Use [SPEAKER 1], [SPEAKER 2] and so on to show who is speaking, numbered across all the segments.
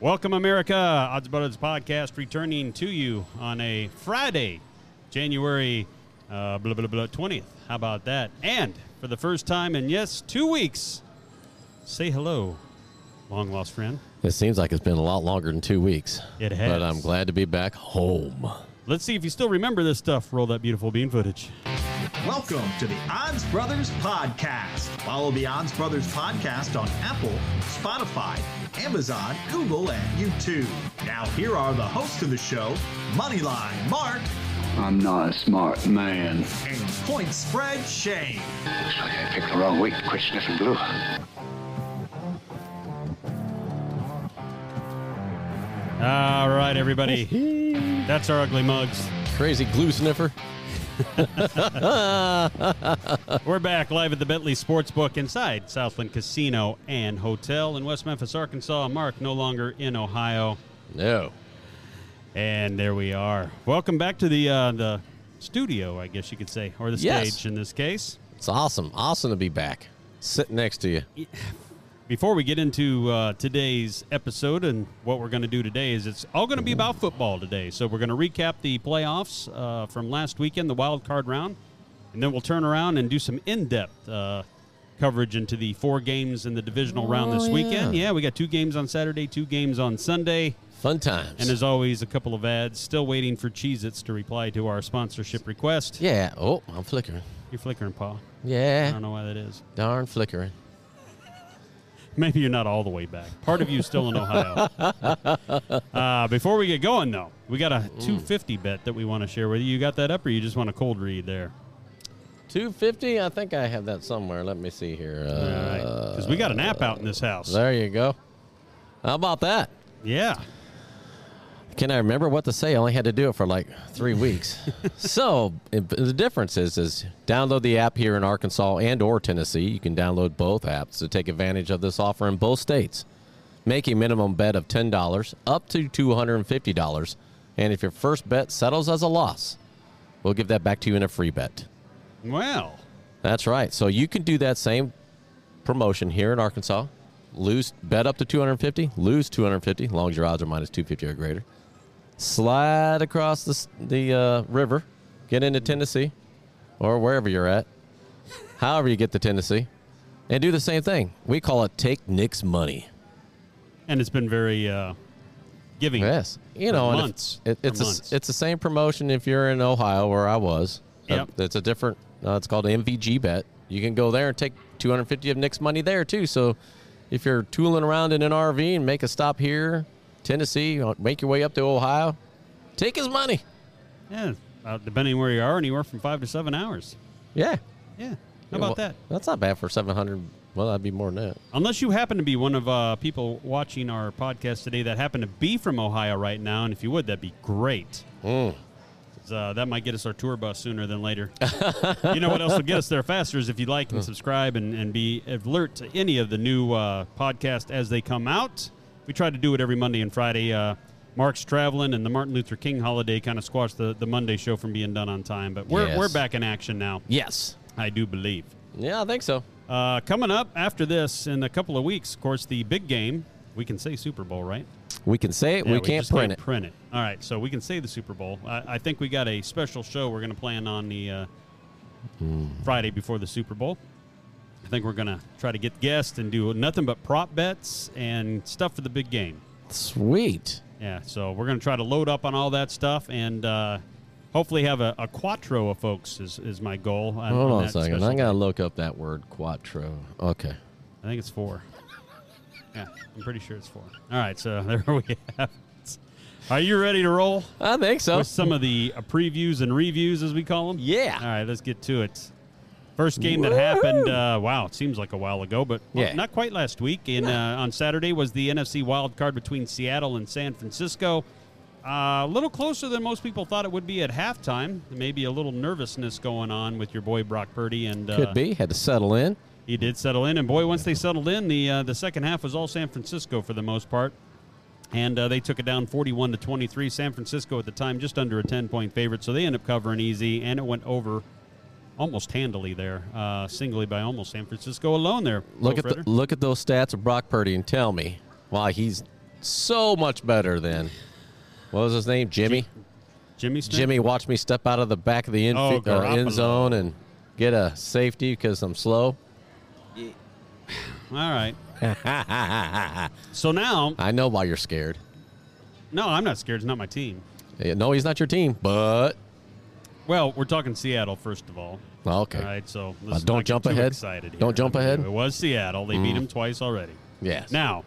[SPEAKER 1] Welcome, America. Odds Butters podcast returning to you on a Friday, January uh, blah, blah, blah, 20th. How about that? And for the first time in, yes, two weeks, say hello, long lost friend.
[SPEAKER 2] It seems like it's been a lot longer than two weeks.
[SPEAKER 1] It has.
[SPEAKER 2] But I'm glad to be back home.
[SPEAKER 1] Let's see if you still remember this stuff. Roll that beautiful bean footage.
[SPEAKER 3] Welcome to the Odds Brothers Podcast. Follow the Odds Brothers Podcast on Apple, Spotify, Amazon, Google, and YouTube. Now, here are the hosts of the show Moneyline Mark
[SPEAKER 4] I'm not a smart man.
[SPEAKER 3] and Point Spread Shane.
[SPEAKER 4] Looks like I picked the wrong week to quit sniffing glue.
[SPEAKER 1] All right, everybody. That's our ugly mugs.
[SPEAKER 2] Crazy glue sniffer.
[SPEAKER 1] We're back live at the Bentley Sportsbook inside Southland Casino and Hotel in West Memphis, Arkansas. Mark no longer in Ohio.
[SPEAKER 2] No.
[SPEAKER 1] And there we are. Welcome back to the uh, the studio, I guess you could say, or the
[SPEAKER 2] Yes.
[SPEAKER 1] stage in this case.
[SPEAKER 2] It's awesome. Awesome to be back. Sitting next to you.
[SPEAKER 1] Before we get into uh, today's episode and what we're going to do today is it's all going to be about football today. So we're going to recap the playoffs uh, from last weekend, the wild card round, and then we'll turn around and do some in-depth uh, coverage into the four games in the divisional round this
[SPEAKER 2] Oh,
[SPEAKER 1] weekend.
[SPEAKER 2] yeah.
[SPEAKER 1] Yeah, we got two games on Saturday, two games on Sunday.
[SPEAKER 2] Fun times.
[SPEAKER 1] And as always, a couple of ads. Still waiting for Cheez Its to reply to our sponsorship request.
[SPEAKER 2] yeah. Oh, I'm flickering.
[SPEAKER 1] You're flickering, Paul. I
[SPEAKER 2] Yeah.
[SPEAKER 1] don't know why that is.
[SPEAKER 2] Darn flickering.
[SPEAKER 1] Maybe you're not all the way back. Part of you still in Ohio. uh, before we get going, though, we got a 250 bet that we want to share with you. You got that up, or you just want a cold read there?
[SPEAKER 2] 250. I think I have that somewhere. Let me see here. Uh,
[SPEAKER 1] All right, because we got an app out in this house.
[SPEAKER 2] There you go. How about that?
[SPEAKER 1] Yeah,
[SPEAKER 2] Can I remember what to say? I only had to do it for like three weeks. so it- the difference is, is download the app here in Arkansas and or Tennessee. You can download both apps to take advantage of this offer in both states. Make a minimum bet of ten dollars up to two hundred and fifty dollars, and if your first bet settles as a loss, we'll give that back to you in a free bet.
[SPEAKER 1] well,
[SPEAKER 2] That's right. So you can do that same promotion here in Arkansas. Lose bet up to 250, lose 250, as long as your odds are minus 250 or greater. Slide across the s- the uh, river, get into Tennessee, or wherever you're at. However you get to Tennessee, and do the same thing. We call it take Nick's money.
[SPEAKER 1] and it's been very uh, giving.
[SPEAKER 2] Yes, you
[SPEAKER 1] For
[SPEAKER 2] know, and if-
[SPEAKER 1] months.
[SPEAKER 2] It, it's
[SPEAKER 1] For
[SPEAKER 2] a s-
[SPEAKER 1] months.
[SPEAKER 2] it's the same promotion if you're in Ohio where I was. Uh,
[SPEAKER 1] Yep.
[SPEAKER 2] it's a different. Uh, it's called MVG bet. You can go there and take 250 of Nick's money there too. So, if you're tooling around in an RV and make a stop here, Tennessee, uh, make your way up to Ohio, take his money.
[SPEAKER 1] Yeah, uh, depending where you are, anywhere from five to seven hours.
[SPEAKER 2] Yeah.
[SPEAKER 1] Yeah, how about
[SPEAKER 2] Well,
[SPEAKER 1] that?
[SPEAKER 2] That's not bad for 700. Well, that'd be more than that.
[SPEAKER 1] Unless you happen to be one of uh, people watching our podcast today that happen to be from Ohio right now, and if you would, that'd be great. 'Cause, Uh, that might get us our tour bus sooner than later. you know what else will get us there faster is if you like and subscribe and, and be alert to any of the new uh, podcasts as they come out. We try to do it every Monday and Friday. Uh, Mark's traveling, and the Martin Luther King holiday kind of squashed the, the Monday show from being done on time. But we're,
[SPEAKER 2] Yes.
[SPEAKER 1] we're back in action now,
[SPEAKER 2] Yes.
[SPEAKER 1] I do believe.
[SPEAKER 2] Yeah, I think so.
[SPEAKER 1] Uh, coming up after this in a couple of weeks, of course, the big game. We can say Super Bowl, right?
[SPEAKER 2] We can say it.
[SPEAKER 1] Yeah,
[SPEAKER 2] we can't
[SPEAKER 1] just
[SPEAKER 2] print
[SPEAKER 1] can't
[SPEAKER 2] it.
[SPEAKER 1] print it. All right, so we can say the Super Bowl. I, I think we got a special show we're going to plan on the uh,
[SPEAKER 2] Hmm.
[SPEAKER 1] Friday before the Super Bowl. I think we're going to try to get guests and do nothing but prop bets and stuff for the big game.
[SPEAKER 2] Sweet.
[SPEAKER 1] Yeah, so we're going to try to load up on all that stuff and uh, hopefully have a, a quattro of folks is, is my goal. on-
[SPEAKER 2] Hold on a
[SPEAKER 1] that
[SPEAKER 2] second.
[SPEAKER 1] special
[SPEAKER 2] I gotta look up that word quattro. Okay.
[SPEAKER 1] I think it's four. Yeah, I'm pretty sure it's four. All right, so there we have it. Are you ready to roll
[SPEAKER 2] I think so.
[SPEAKER 1] with some of the uh, previews and reviews, as we call them?
[SPEAKER 2] Yeah.
[SPEAKER 1] All right, let's get to it. First game that happened, uh, wow, it seems like a while ago, but well,
[SPEAKER 2] Yeah.
[SPEAKER 1] not quite last week. And uh, on Saturday was the NFC wild card between Seattle and San Francisco. Uh, a little closer than most people thought it would be at halftime. Maybe a little nervousness going on with your boy Brock Purdy and uh,
[SPEAKER 2] Could be. Had to settle in.
[SPEAKER 1] he did settle in, and boy, once they settled in, the uh, the second half was all San Francisco for the most part, and uh, they took it down forty-one to twenty-three. San Francisco at the time just under a ten-point favorite, so they end up covering easy, and it went over almost handily there, uh, singly by almost San Francisco alone there.
[SPEAKER 2] Look
[SPEAKER 1] Go
[SPEAKER 2] at the,
[SPEAKER 1] Fredder.
[SPEAKER 2] look at those stats of Brock Purdy and tell me why he's so much better than what was his name? Jimmy.
[SPEAKER 1] Jimmy Smith?
[SPEAKER 2] Jimmy watched me step out of the back of the
[SPEAKER 1] Oh,
[SPEAKER 2] infi- uh, end
[SPEAKER 1] Garoppolo.
[SPEAKER 2] zone and get a safety because I'm slow.
[SPEAKER 1] All right.
[SPEAKER 2] I
[SPEAKER 1] So now,
[SPEAKER 2] know why you're scared.
[SPEAKER 1] no, I'm not scared. It's not my team.
[SPEAKER 2] Yeah, No, he's not your team, but
[SPEAKER 1] Well, we're talking Seattle first of all.
[SPEAKER 2] okay.
[SPEAKER 1] All right, so let's
[SPEAKER 2] Uh, don't
[SPEAKER 1] not get
[SPEAKER 2] jump
[SPEAKER 1] too
[SPEAKER 2] ahead.
[SPEAKER 1] Excited here.
[SPEAKER 2] Don't jump
[SPEAKER 1] I mean,
[SPEAKER 2] ahead. Mm.
[SPEAKER 1] It was Seattle. They beat him twice already.
[SPEAKER 2] Yes.
[SPEAKER 1] Now,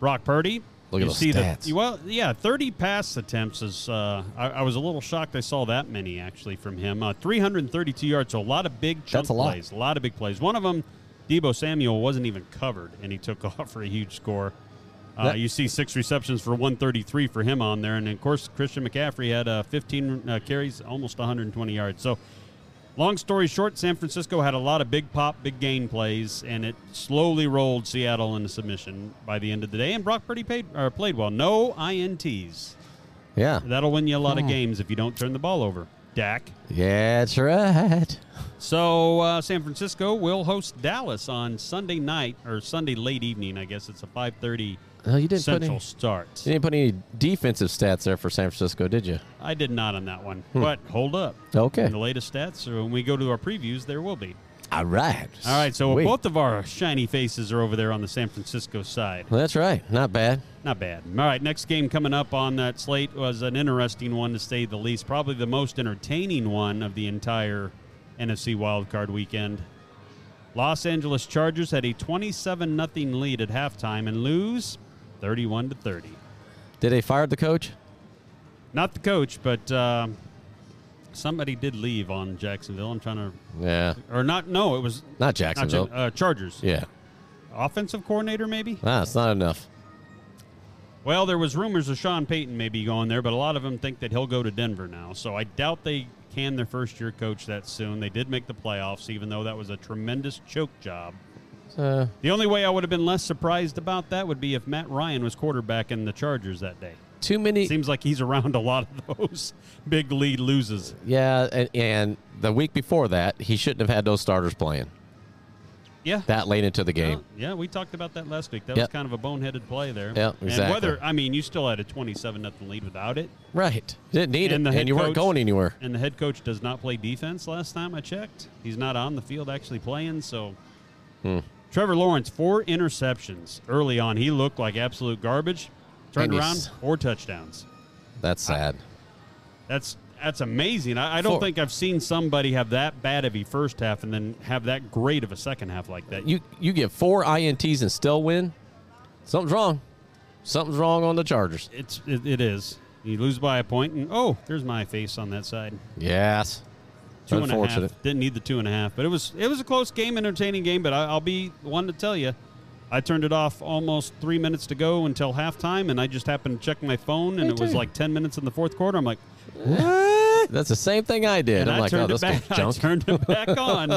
[SPEAKER 1] Brock Purdy.
[SPEAKER 2] Look at
[SPEAKER 1] you
[SPEAKER 2] those
[SPEAKER 1] see
[SPEAKER 2] stats.
[SPEAKER 1] The, well, yeah, 30 pass attempts is. Uh, I, I was a little shocked I saw that many actually from him. Uh, 332 yards, so a lot of big chunk
[SPEAKER 2] That's a lot.
[SPEAKER 1] plays, a lot of big plays. One of them, Debo Samuel wasn't even covered, and he took off for a huge score. Uh,
[SPEAKER 2] That-
[SPEAKER 1] you see six receptions for 133 for him on there, and of course Christian McCaffrey had uh, 15 uh, carries, almost 120 yards. So Long story short, San Francisco had a lot of big pop, big gain plays, and it slowly rolled Seattle into submission by the end of the day. And Brock Purdy paid, or played well. No ints.
[SPEAKER 2] Yeah.
[SPEAKER 1] That'll win you a
[SPEAKER 2] Hmm.
[SPEAKER 1] lot of games if you don't turn the ball over. Dak.
[SPEAKER 2] Yeah, that's right.
[SPEAKER 1] So uh, San Francisco will host Dallas on Sunday night or Sunday late evening. I guess it's a 5:30
[SPEAKER 2] No, you didn't put
[SPEAKER 1] Central
[SPEAKER 2] any,
[SPEAKER 1] start.
[SPEAKER 2] you didn't put any defensive stats there for San Francisco, did you?
[SPEAKER 1] I did not on that one, but hold up.
[SPEAKER 2] Hmm. Okay.
[SPEAKER 1] The latest stats. uh, When we go to our previews, there will be.
[SPEAKER 2] All right.
[SPEAKER 1] All right, so
[SPEAKER 2] Sweet.
[SPEAKER 1] both of our shiny faces are over there on the San Francisco side.
[SPEAKER 2] That's right. Not bad.
[SPEAKER 1] Not bad. All right, next game coming up on that slate was an interesting one to say the least. Probably the most entertaining one of the entire NFC wildcard weekend. Los Angeles Chargers had a 27 0 lead at halftime and lose 31 30.
[SPEAKER 2] Did they fire the coach?
[SPEAKER 1] Not the coach, but uh, somebody did leave on Jacksonville. I'm trying to.
[SPEAKER 2] Yeah.
[SPEAKER 1] Or not, no, it was.
[SPEAKER 2] Not
[SPEAKER 1] Not
[SPEAKER 2] Jacksonville.
[SPEAKER 1] Jack- uh, Chargers.
[SPEAKER 2] yeah.
[SPEAKER 1] Offensive coordinator, maybe?
[SPEAKER 2] Nah, it's not enough.
[SPEAKER 1] Well, there was rumors of Sean Payton maybe going there, but a lot of them think that he'll go to Denver now. So I doubt they can their first year coach that soon. They did make the playoffs, even though that was a tremendous choke job.
[SPEAKER 2] Uh,
[SPEAKER 1] The only way I would have been less surprised about that would be if Matt Ryan was quarterback in the Chargers that day.
[SPEAKER 2] too many.
[SPEAKER 1] Seems like he's around a lot of those big lead loses.
[SPEAKER 2] yeah, and, and the week before that, he shouldn't have had those starters playing
[SPEAKER 1] Yeah.
[SPEAKER 2] that late into the game.
[SPEAKER 1] Yeah, we talked about that last week. That was
[SPEAKER 2] Yep.
[SPEAKER 1] kind of a boneheaded play there.
[SPEAKER 2] Yeah,
[SPEAKER 1] And
[SPEAKER 2] exactly.
[SPEAKER 1] whether I mean, you still had a twenty-seven nothing lead without it,
[SPEAKER 2] Right. Didn't need
[SPEAKER 1] And the
[SPEAKER 2] it,
[SPEAKER 1] head
[SPEAKER 2] and you weren't
[SPEAKER 1] coach-
[SPEAKER 2] going anywhere.
[SPEAKER 1] And the head coach does not play defense last time I checked. He's not on the field actually playing, so
[SPEAKER 2] Hmm.
[SPEAKER 1] Trevor Lawrence, four interceptions early on. He looked like absolute garbage. Turned
[SPEAKER 2] And he's-
[SPEAKER 1] around, four touchdowns.
[SPEAKER 2] That's sad.
[SPEAKER 1] That's that's amazing. I, I don't
[SPEAKER 2] Four.
[SPEAKER 1] think I've seen somebody have that bad of a first half and then have that great of a second half like that.
[SPEAKER 2] you you get four ints and still win. Something's wrong. Something's wrong on the Chargers.
[SPEAKER 1] it's it, it is. You lose by a point, and oh, there's my face on that side.
[SPEAKER 2] Yes.
[SPEAKER 1] Two and a half.
[SPEAKER 2] Unfortunate.
[SPEAKER 1] Didn't need the two and a half, but it was it was a close game, entertaining game. But I, I'll be one to tell you, I turned it off almost three minutes to go until halftime, and I just happened to check my phone, and
[SPEAKER 2] Me
[SPEAKER 1] it was
[SPEAKER 2] too.
[SPEAKER 1] like ten minutes in the fourth quarter. I'm like,
[SPEAKER 2] That's the same thing I did.
[SPEAKER 1] and
[SPEAKER 2] I'm
[SPEAKER 1] I
[SPEAKER 2] like, oh,
[SPEAKER 1] turned
[SPEAKER 2] this
[SPEAKER 1] it back.
[SPEAKER 2] guy's
[SPEAKER 1] I
[SPEAKER 2] junk.
[SPEAKER 1] turned it back on.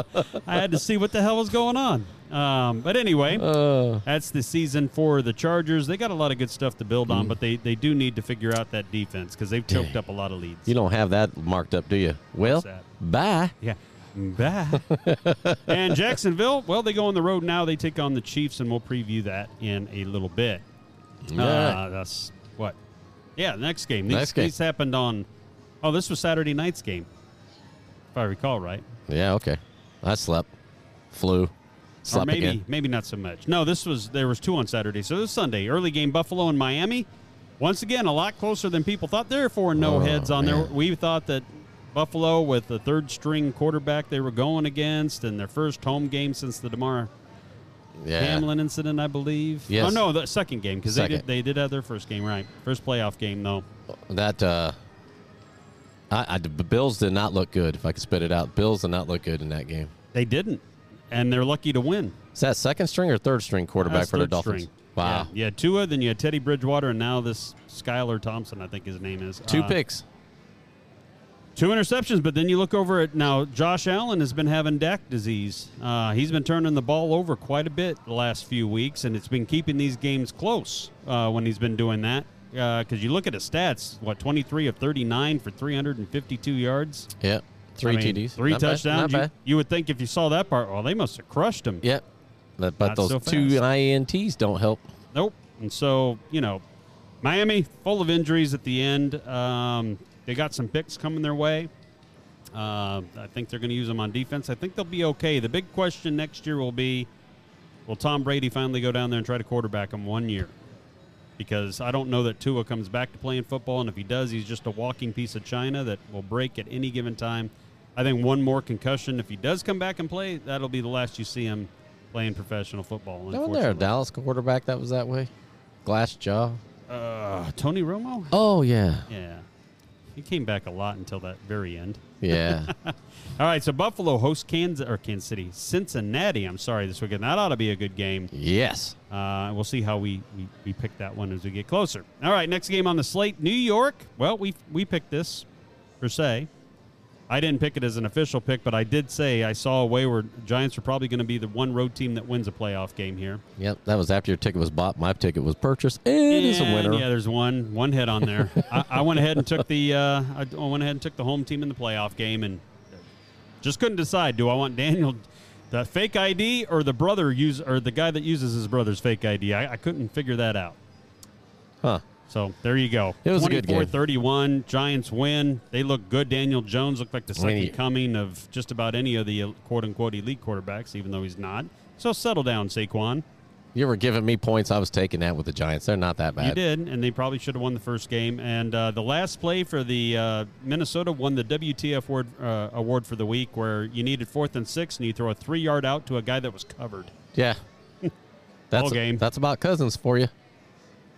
[SPEAKER 1] I had to see what the hell was going on. Um, but anyway,
[SPEAKER 2] Uh.
[SPEAKER 1] that's the season for the Chargers. They got a lot of good stuff to build
[SPEAKER 2] Mm.
[SPEAKER 1] on, but they they do need to figure out that defense because they've choked up a lot of leads.
[SPEAKER 2] You don't have that marked up, do you? Well,
[SPEAKER 1] that?
[SPEAKER 2] bye.
[SPEAKER 1] Yeah. Bye.
[SPEAKER 2] Mm.
[SPEAKER 1] and Jacksonville, well, they go on the road now. They take on the Chiefs, and we'll preview that in a little bit.
[SPEAKER 2] Yeah.
[SPEAKER 1] Uh, that's what? Yeah, the next game. These,
[SPEAKER 2] Next game.
[SPEAKER 1] these happened on, oh, this was Saturday night's game, if I recall right.
[SPEAKER 2] Yeah, okay. I slept. Flew.
[SPEAKER 1] or
[SPEAKER 2] Slept
[SPEAKER 1] maybe
[SPEAKER 2] again.
[SPEAKER 1] maybe not so much. No, this was there was two on Saturday, so this Sunday early game Buffalo and Miami. Once again, a lot closer than people thought. Therefore, no
[SPEAKER 2] Oh,
[SPEAKER 1] heads on there.
[SPEAKER 2] man.
[SPEAKER 1] We thought that Buffalo with the third string quarterback they were going against and their first home game since the Demar
[SPEAKER 2] Yeah.
[SPEAKER 1] Hamlin incident, I believe.
[SPEAKER 2] Yes.
[SPEAKER 1] Oh no, the second game because they did
[SPEAKER 2] Second.
[SPEAKER 1] they did have their first game right, first playoff game though.
[SPEAKER 2] That, uh, I, I, the Bills did not look good, if I could spit it out. Bills did not look good in that game.
[SPEAKER 1] They didn't, and they're lucky to win.
[SPEAKER 2] Is that second string or third string quarterback
[SPEAKER 1] That's
[SPEAKER 2] for the
[SPEAKER 1] third
[SPEAKER 2] Dolphins?
[SPEAKER 1] string.
[SPEAKER 2] Wow.
[SPEAKER 1] Yeah, you had Tua, then you had Teddy Bridgewater, and now this Skylar Thompson, I think his name is.
[SPEAKER 2] Two
[SPEAKER 1] Uh,
[SPEAKER 2] picks.
[SPEAKER 1] Two interceptions, but then you look over at now. Josh Allen has been having Dak disease. Uh, he's been turning the ball over quite a bit the last few weeks, and it's been keeping these games close uh, when he's been doing that. Because you look at his stats, what twenty three of thirty nine for three hundred and fifty two yards,
[SPEAKER 2] Yeah. Three
[SPEAKER 1] I mean,
[SPEAKER 2] TDs.
[SPEAKER 1] three
[SPEAKER 2] Not bad,
[SPEAKER 1] touchdowns.
[SPEAKER 2] Not
[SPEAKER 1] you,
[SPEAKER 2] bad.
[SPEAKER 1] you would think if you saw that part, well, they must have crushed him.
[SPEAKER 2] Yep. But, but
[SPEAKER 1] Not
[SPEAKER 2] those
[SPEAKER 1] so
[SPEAKER 2] two
[SPEAKER 1] fast.
[SPEAKER 2] INTs don't help.
[SPEAKER 1] Nope. And so, you know, Miami full of injuries at the end. Um, they got some picks coming their way. Uh, I think they're going to use them on defense. I think they'll be okay. The big question next year will be will Tom Brady finally go down there and try to quarterback him one year? Because I don't know that Tua comes back to playing football, and if he does, he's just a walking piece of china that will break at any given time. I think one more concussion, if he does come back and play, that'll be the last you see him playing professional football.
[SPEAKER 2] Wasn't there a
[SPEAKER 1] unfortunately.
[SPEAKER 2] Dallas quarterback that was that way? Glass jaw.
[SPEAKER 1] Uh, Tony Romo?
[SPEAKER 2] Oh yeah,
[SPEAKER 1] Yeah. He came back a lot until that very end.
[SPEAKER 2] yeah.
[SPEAKER 1] All right, so Buffalo hosts Kansas or Kansas City, Cincinnati. I'm sorry, this weekend. That ought to be a good game.
[SPEAKER 2] yes.
[SPEAKER 1] Uh, we'll see how we, we we pick that one as we get closer. All right, next game on the slate, New York. Well, we we picked this per se. I didn't pick it as an official pick, but I did say I saw a way where Giants are probably going to be the one road team that wins a playoff game here.
[SPEAKER 2] Yep. That was after your ticket was bought. My ticket was purchased. It is a
[SPEAKER 1] And,
[SPEAKER 2] winner.
[SPEAKER 1] Yeah, there's one one hit on there. I, I went ahead and took the uh, I d- I went ahead and took the home team in the playoff game, and just couldn't decide. Do I want Daniel the fake ID or the brother use or the guy that uses his brother's fake ID? I, I couldn't figure that out.
[SPEAKER 2] Huh.
[SPEAKER 1] So there you go.
[SPEAKER 2] It was a good game.
[SPEAKER 1] 31 Giants win. They look good. Daniel Jones looked like the
[SPEAKER 2] I mean,
[SPEAKER 1] second
[SPEAKER 2] he-
[SPEAKER 1] coming of just about any of the uh, quote unquote elite quarterbacks, even though he's not. So settle down, Saquon.
[SPEAKER 2] You were giving me points. I was taking that with the Giants. They're not that bad.
[SPEAKER 1] You did, and they probably should have won the first game. And uh, the last play for the uh, Minnesota won the WTF award, uh, award for the week, where you needed fourth and six, and you throw a three yard out to a guy that was covered.
[SPEAKER 2] Yeah. That's
[SPEAKER 1] Ball game.
[SPEAKER 2] that's about cousins for you.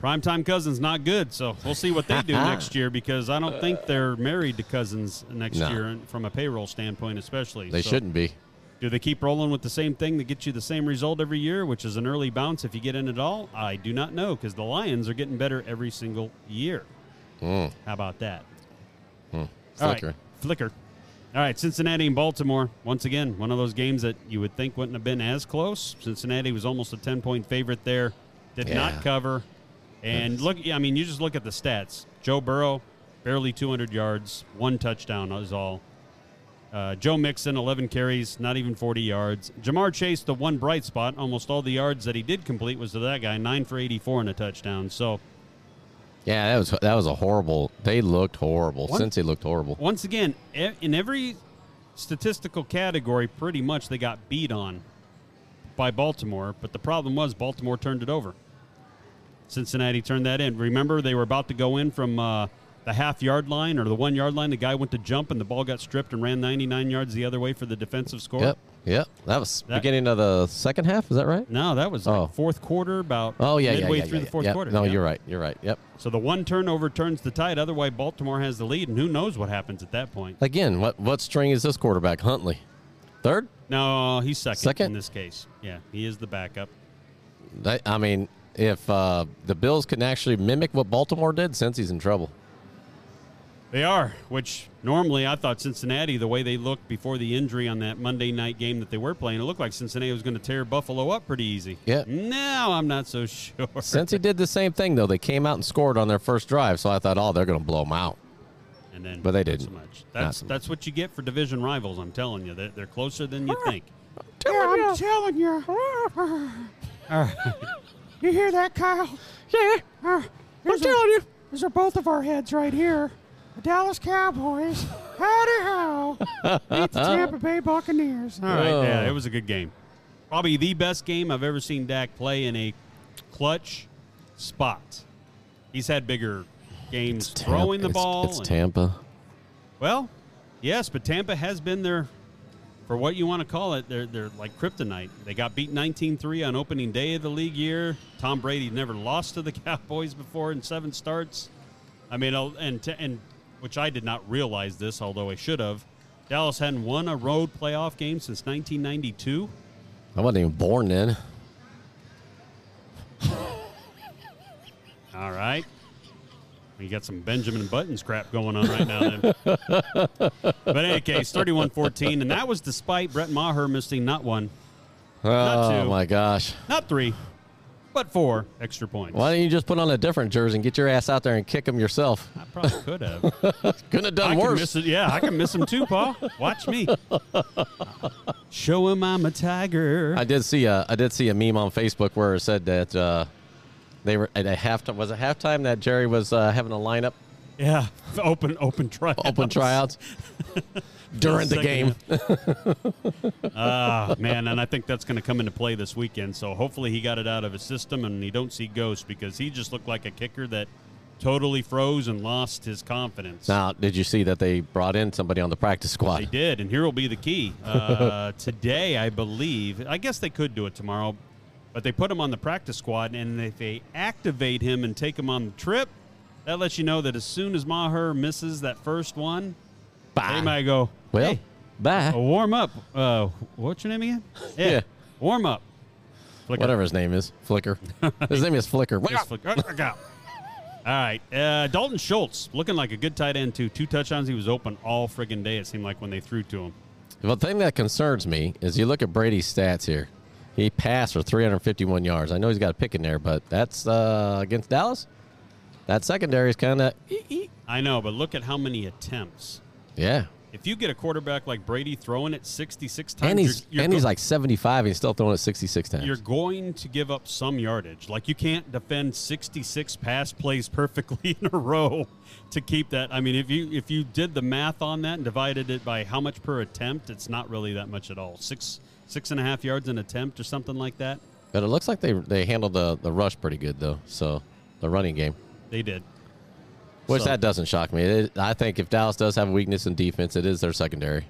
[SPEAKER 1] Primetime Cousins not good, so we'll see what they do next year because I don't think they're married to Cousins next
[SPEAKER 2] No.
[SPEAKER 1] year and from a payroll standpoint, especially.
[SPEAKER 2] They
[SPEAKER 1] So
[SPEAKER 2] shouldn't be.
[SPEAKER 1] Do they keep rolling with the same thing that gets you the same result every year, which is an early bounce if you get in at all? I do not know because the Lions are getting better every single year.
[SPEAKER 2] Mm,
[SPEAKER 1] How about that?
[SPEAKER 2] Flicker.
[SPEAKER 1] All right. Flicker. All right, Cincinnati and Baltimore. Once again, one of those games that you would think wouldn't have been as close. Cincinnati was almost a 10 point favorite there, did
[SPEAKER 2] Yeah.
[SPEAKER 1] not cover. And look, yeah, I mean, you just look at the stats. Joe Burrow, barely 200 yards, one touchdown is all. Uh, Joe Mixon, 11 carries, not even 40 yards. Jamar Chase, the one bright spot, almost all the yards that he did complete was to that guy, 9 for 84 and a touchdown. So,
[SPEAKER 2] Yeah, that was that was a horrible. They looked horrible.
[SPEAKER 1] One-
[SPEAKER 2] Since they looked horrible.
[SPEAKER 1] once again, e- in every statistical category, pretty much they got beat on by Baltimore. But the problem was Baltimore turned it over. Cincinnati turned that in. Remember, they were about to go in from uh, the half yard line or the one yard line. The guy went to jump and the ball got stripped and ran 99 yards the other way for the defensive score.
[SPEAKER 2] Yep. Yep. That was
[SPEAKER 1] That-
[SPEAKER 2] beginning of the second half. Is that right?
[SPEAKER 1] No, that was like
[SPEAKER 2] Oh.
[SPEAKER 1] fourth quarter, about
[SPEAKER 2] Oh yeah.
[SPEAKER 1] midway
[SPEAKER 2] yeah, yeah,
[SPEAKER 1] through
[SPEAKER 2] yeah,
[SPEAKER 1] the fourth
[SPEAKER 2] yeah.
[SPEAKER 1] quarter.
[SPEAKER 2] No,
[SPEAKER 1] Yeah.
[SPEAKER 2] you're right. You're right. Yep.
[SPEAKER 1] So the one turnover turns the tide. Otherwise, Baltimore has the lead, and who knows what happens at that point.
[SPEAKER 2] Again, what what string is this quarterback? Huntley, third.
[SPEAKER 1] No, he's second,
[SPEAKER 2] Second?
[SPEAKER 1] in this case. Yeah, he is the backup.
[SPEAKER 2] They- I mean, if uh, the Bills can actually mimic what Baltimore did, since he's in trouble.
[SPEAKER 1] They are, which normally I thought Cincinnati, the way they looked before the injury on that Monday night game that they were playing, it looked like Cincinnati was going to tear Buffalo up pretty easy.
[SPEAKER 2] Yeah.
[SPEAKER 1] Now I'm not so sure.
[SPEAKER 2] Since he did the same thing though, they came out and scored on their first drive. So I thought, oh, they're going to blow him out.
[SPEAKER 1] and then,
[SPEAKER 2] but they
[SPEAKER 1] not
[SPEAKER 2] didn't.
[SPEAKER 1] So much. That's
[SPEAKER 2] so much.
[SPEAKER 1] that's what you get for division rivals. I'm telling you, they're, they're closer than you think.
[SPEAKER 2] I'm
[SPEAKER 1] telling you.
[SPEAKER 5] Uh, You hear that, Kyle?
[SPEAKER 2] Yeah,
[SPEAKER 5] Uh,
[SPEAKER 2] I'm telling you.
[SPEAKER 5] These are both of our heads right here. The Dallas Cowboys, howdy how, beat the Tampa Bay Buccaneers.
[SPEAKER 1] All right, yeah,
[SPEAKER 2] Oh.
[SPEAKER 1] it was a good game. Probably the best game I've ever seen Dak play in a clutch spot. He's had bigger games throwing the ball.
[SPEAKER 2] It's,
[SPEAKER 1] and-
[SPEAKER 2] Tampa.
[SPEAKER 1] Well, yes, but Tampa has been there for what you want to call it. They're, they're like kryptonite. They got beat 19 3 on opening day of the league year. Tom Brady never lost to the Cowboys before in seven starts. I mean, I'll- and, t- and which I did not realize this, although I should have. Dallas hadn't won a road playoff game since 1992.
[SPEAKER 2] I wasn't even born then.
[SPEAKER 1] All right. You got some Benjamin Buttons crap going on right now, then. but in any case, 31 14, and that was despite Brett Maher missing not one,
[SPEAKER 2] Oh
[SPEAKER 1] two.
[SPEAKER 2] my gosh!
[SPEAKER 1] not three, but four extra points.
[SPEAKER 2] Why didn't you just put on a different jersey and get your ass out there and kick him yourself?
[SPEAKER 1] I probably could have.
[SPEAKER 2] Couldn't have
[SPEAKER 1] I
[SPEAKER 2] done
[SPEAKER 1] can
[SPEAKER 2] worse.
[SPEAKER 1] miss it. Yeah, I can miss him too, Paul. Watch me. Show him I'm a tiger.
[SPEAKER 2] I did see a I did see a meme on Facebook where it said that uh, They were at a halftime. Was it halftime that Jerry was uh, having a lineup
[SPEAKER 1] Yeah, open open try
[SPEAKER 2] open tryouts during the game?
[SPEAKER 1] Second Ah, man, and I think that's going to come into play this weekend. So hopefully he got it out of his system and he don't see ghosts because he just looked like a kicker that totally froze and lost his confidence.
[SPEAKER 2] Now, did you see that they brought in somebody on the practice
[SPEAKER 1] They
[SPEAKER 2] squad?
[SPEAKER 1] did, and here will be the key. Uh, today, I believe. I guess they could do it tomorrow, but they put him on the practice squad, and if they activate him and take him on the trip, that lets you know that as soon as Maher misses that first one, they
[SPEAKER 2] Bye.
[SPEAKER 1] might go,
[SPEAKER 2] Ah. well,
[SPEAKER 1] "Hey, Oh,
[SPEAKER 2] bye.
[SPEAKER 1] a warm up. Uh, what's your name again?
[SPEAKER 2] Yeah.
[SPEAKER 1] warm up. Flicker.
[SPEAKER 2] Whatever his name is, Flicker. His name is Flicker.
[SPEAKER 1] Just flick- uh, uh, go. All right, uh, Dalton Schultz looking like a good tight end too. Two touchdowns. He was open all friggin' day. It seemed like when they threw to him.
[SPEAKER 2] Well, the thing that concerns me is you look at Brady's stats here. He passed for 351 yards. I know he's got a pick in there, but that's uh, against Dallas. That secondary is kind of,
[SPEAKER 1] I know, but look at how many attempts.
[SPEAKER 2] yeah.
[SPEAKER 1] If you get a quarterback like Brady throwing it 66 times,
[SPEAKER 2] And he's
[SPEAKER 1] you're, you're
[SPEAKER 2] and he's
[SPEAKER 1] go-
[SPEAKER 2] like 75. He's still throwing it 66 times.
[SPEAKER 1] you're going to give up some yardage. Like you can't defend 66 pass plays perfectly in a row to keep that. I mean, if you if you did the math on that and divided it by how much per attempt, it's not really that much at all. Six six and a half yards an attempt or something like that.
[SPEAKER 2] But it looks like they they handled the, the rush pretty good though. So the running game,
[SPEAKER 1] They did.
[SPEAKER 2] which
[SPEAKER 1] So-
[SPEAKER 2] that doesn't shock me. It, I think if Dallas does have a weakness in defense, it is their secondary,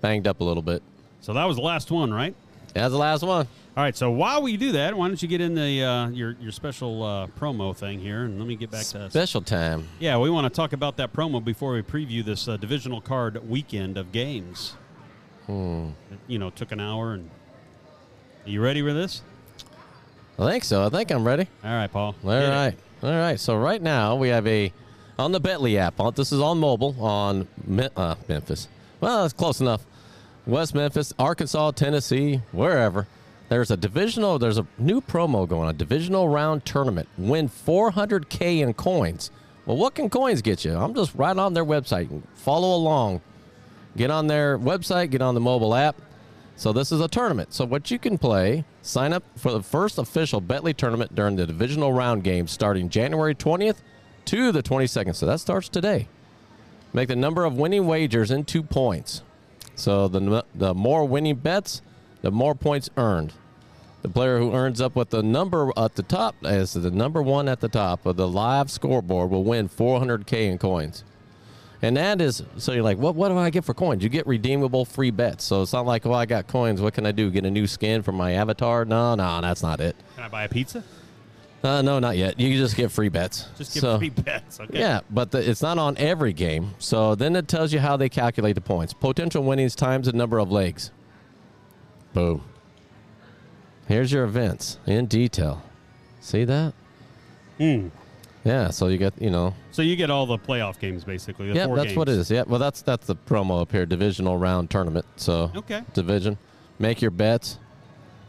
[SPEAKER 2] banged up a little bit.
[SPEAKER 1] So that was the last one, right?
[SPEAKER 2] That's the last one.
[SPEAKER 1] All right. So while we do that, why don't you get in the uh, your your special uh, promo thing here, and let me get back to us.
[SPEAKER 2] Special time.
[SPEAKER 1] Yeah, we want to talk about that promo before we preview this uh, divisional card weekend of games.
[SPEAKER 2] Hmm.
[SPEAKER 1] It, You know, took an hour, and Are you ready for this?
[SPEAKER 2] I think so. I think I'm ready.
[SPEAKER 1] All right, Paul.
[SPEAKER 2] All right, All right. So right now we have a on the Bentley app. on- This is on mobile on Me- uh, Memphis. Well, it's close enough. West Memphis, Arkansas, Tennessee, wherever. There's a divisional. There's a new promo going on. Divisional round tournament. Win 400k in coins. Well, what can coins get you? I'm just right on their website. Follow along. Get on their website. Get on the mobile app. So this is a tournament. So what you can play, sign up for the first official Bentley tournament during the divisional round game starting January 20th to the 22nd. So that starts today. Make the number of winning wagers into points. So the n- the more winning bets, the more points earned. The player who earns up with the number at the top as the number one at the top of the live scoreboard will win 400k in coins. And that is so you're like, what what do I get for coins? You get redeemable free bets. So it's not like, oh, I got coins. What can I do? Get a new skin for my avatar? No, no, that's not it.
[SPEAKER 1] Can I buy a pizza?
[SPEAKER 2] Uh, no, not yet. You just get free bets.
[SPEAKER 1] Just give
[SPEAKER 2] So-
[SPEAKER 1] me bets, okay?
[SPEAKER 2] yeah, but the, it's not on every game. So then it tells you how they calculate the points. Potential winnings times the number of legs. Boom. Here's your events in detail. See that? Yeah, so you get, you know,
[SPEAKER 1] So you get all the playoff games basically. The
[SPEAKER 2] yeah,
[SPEAKER 1] four
[SPEAKER 2] that's what it
[SPEAKER 1] games.
[SPEAKER 2] is. Yeah, well, that's that's the promo up here, divisional round tournament. So
[SPEAKER 1] Okay.
[SPEAKER 2] division, make your bets,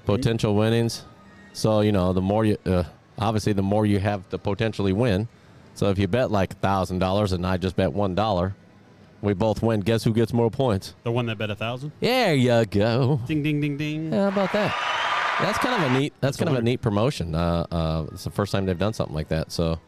[SPEAKER 2] potential winnings. So you know, the more you, uh, obviously, the more you have to potentially win. So if you bet like thousand dollars and I just bet one dollar, we both win. Guess who gets more points?
[SPEAKER 1] The one that bet a thousand.
[SPEAKER 2] There you go.
[SPEAKER 1] Ding ding ding ding.
[SPEAKER 2] Yeah, how about that? That's kind of a neat. That's, kind of a
[SPEAKER 1] winner.
[SPEAKER 2] neat promotion. Uh, uh, it's the first time they've done something like that. So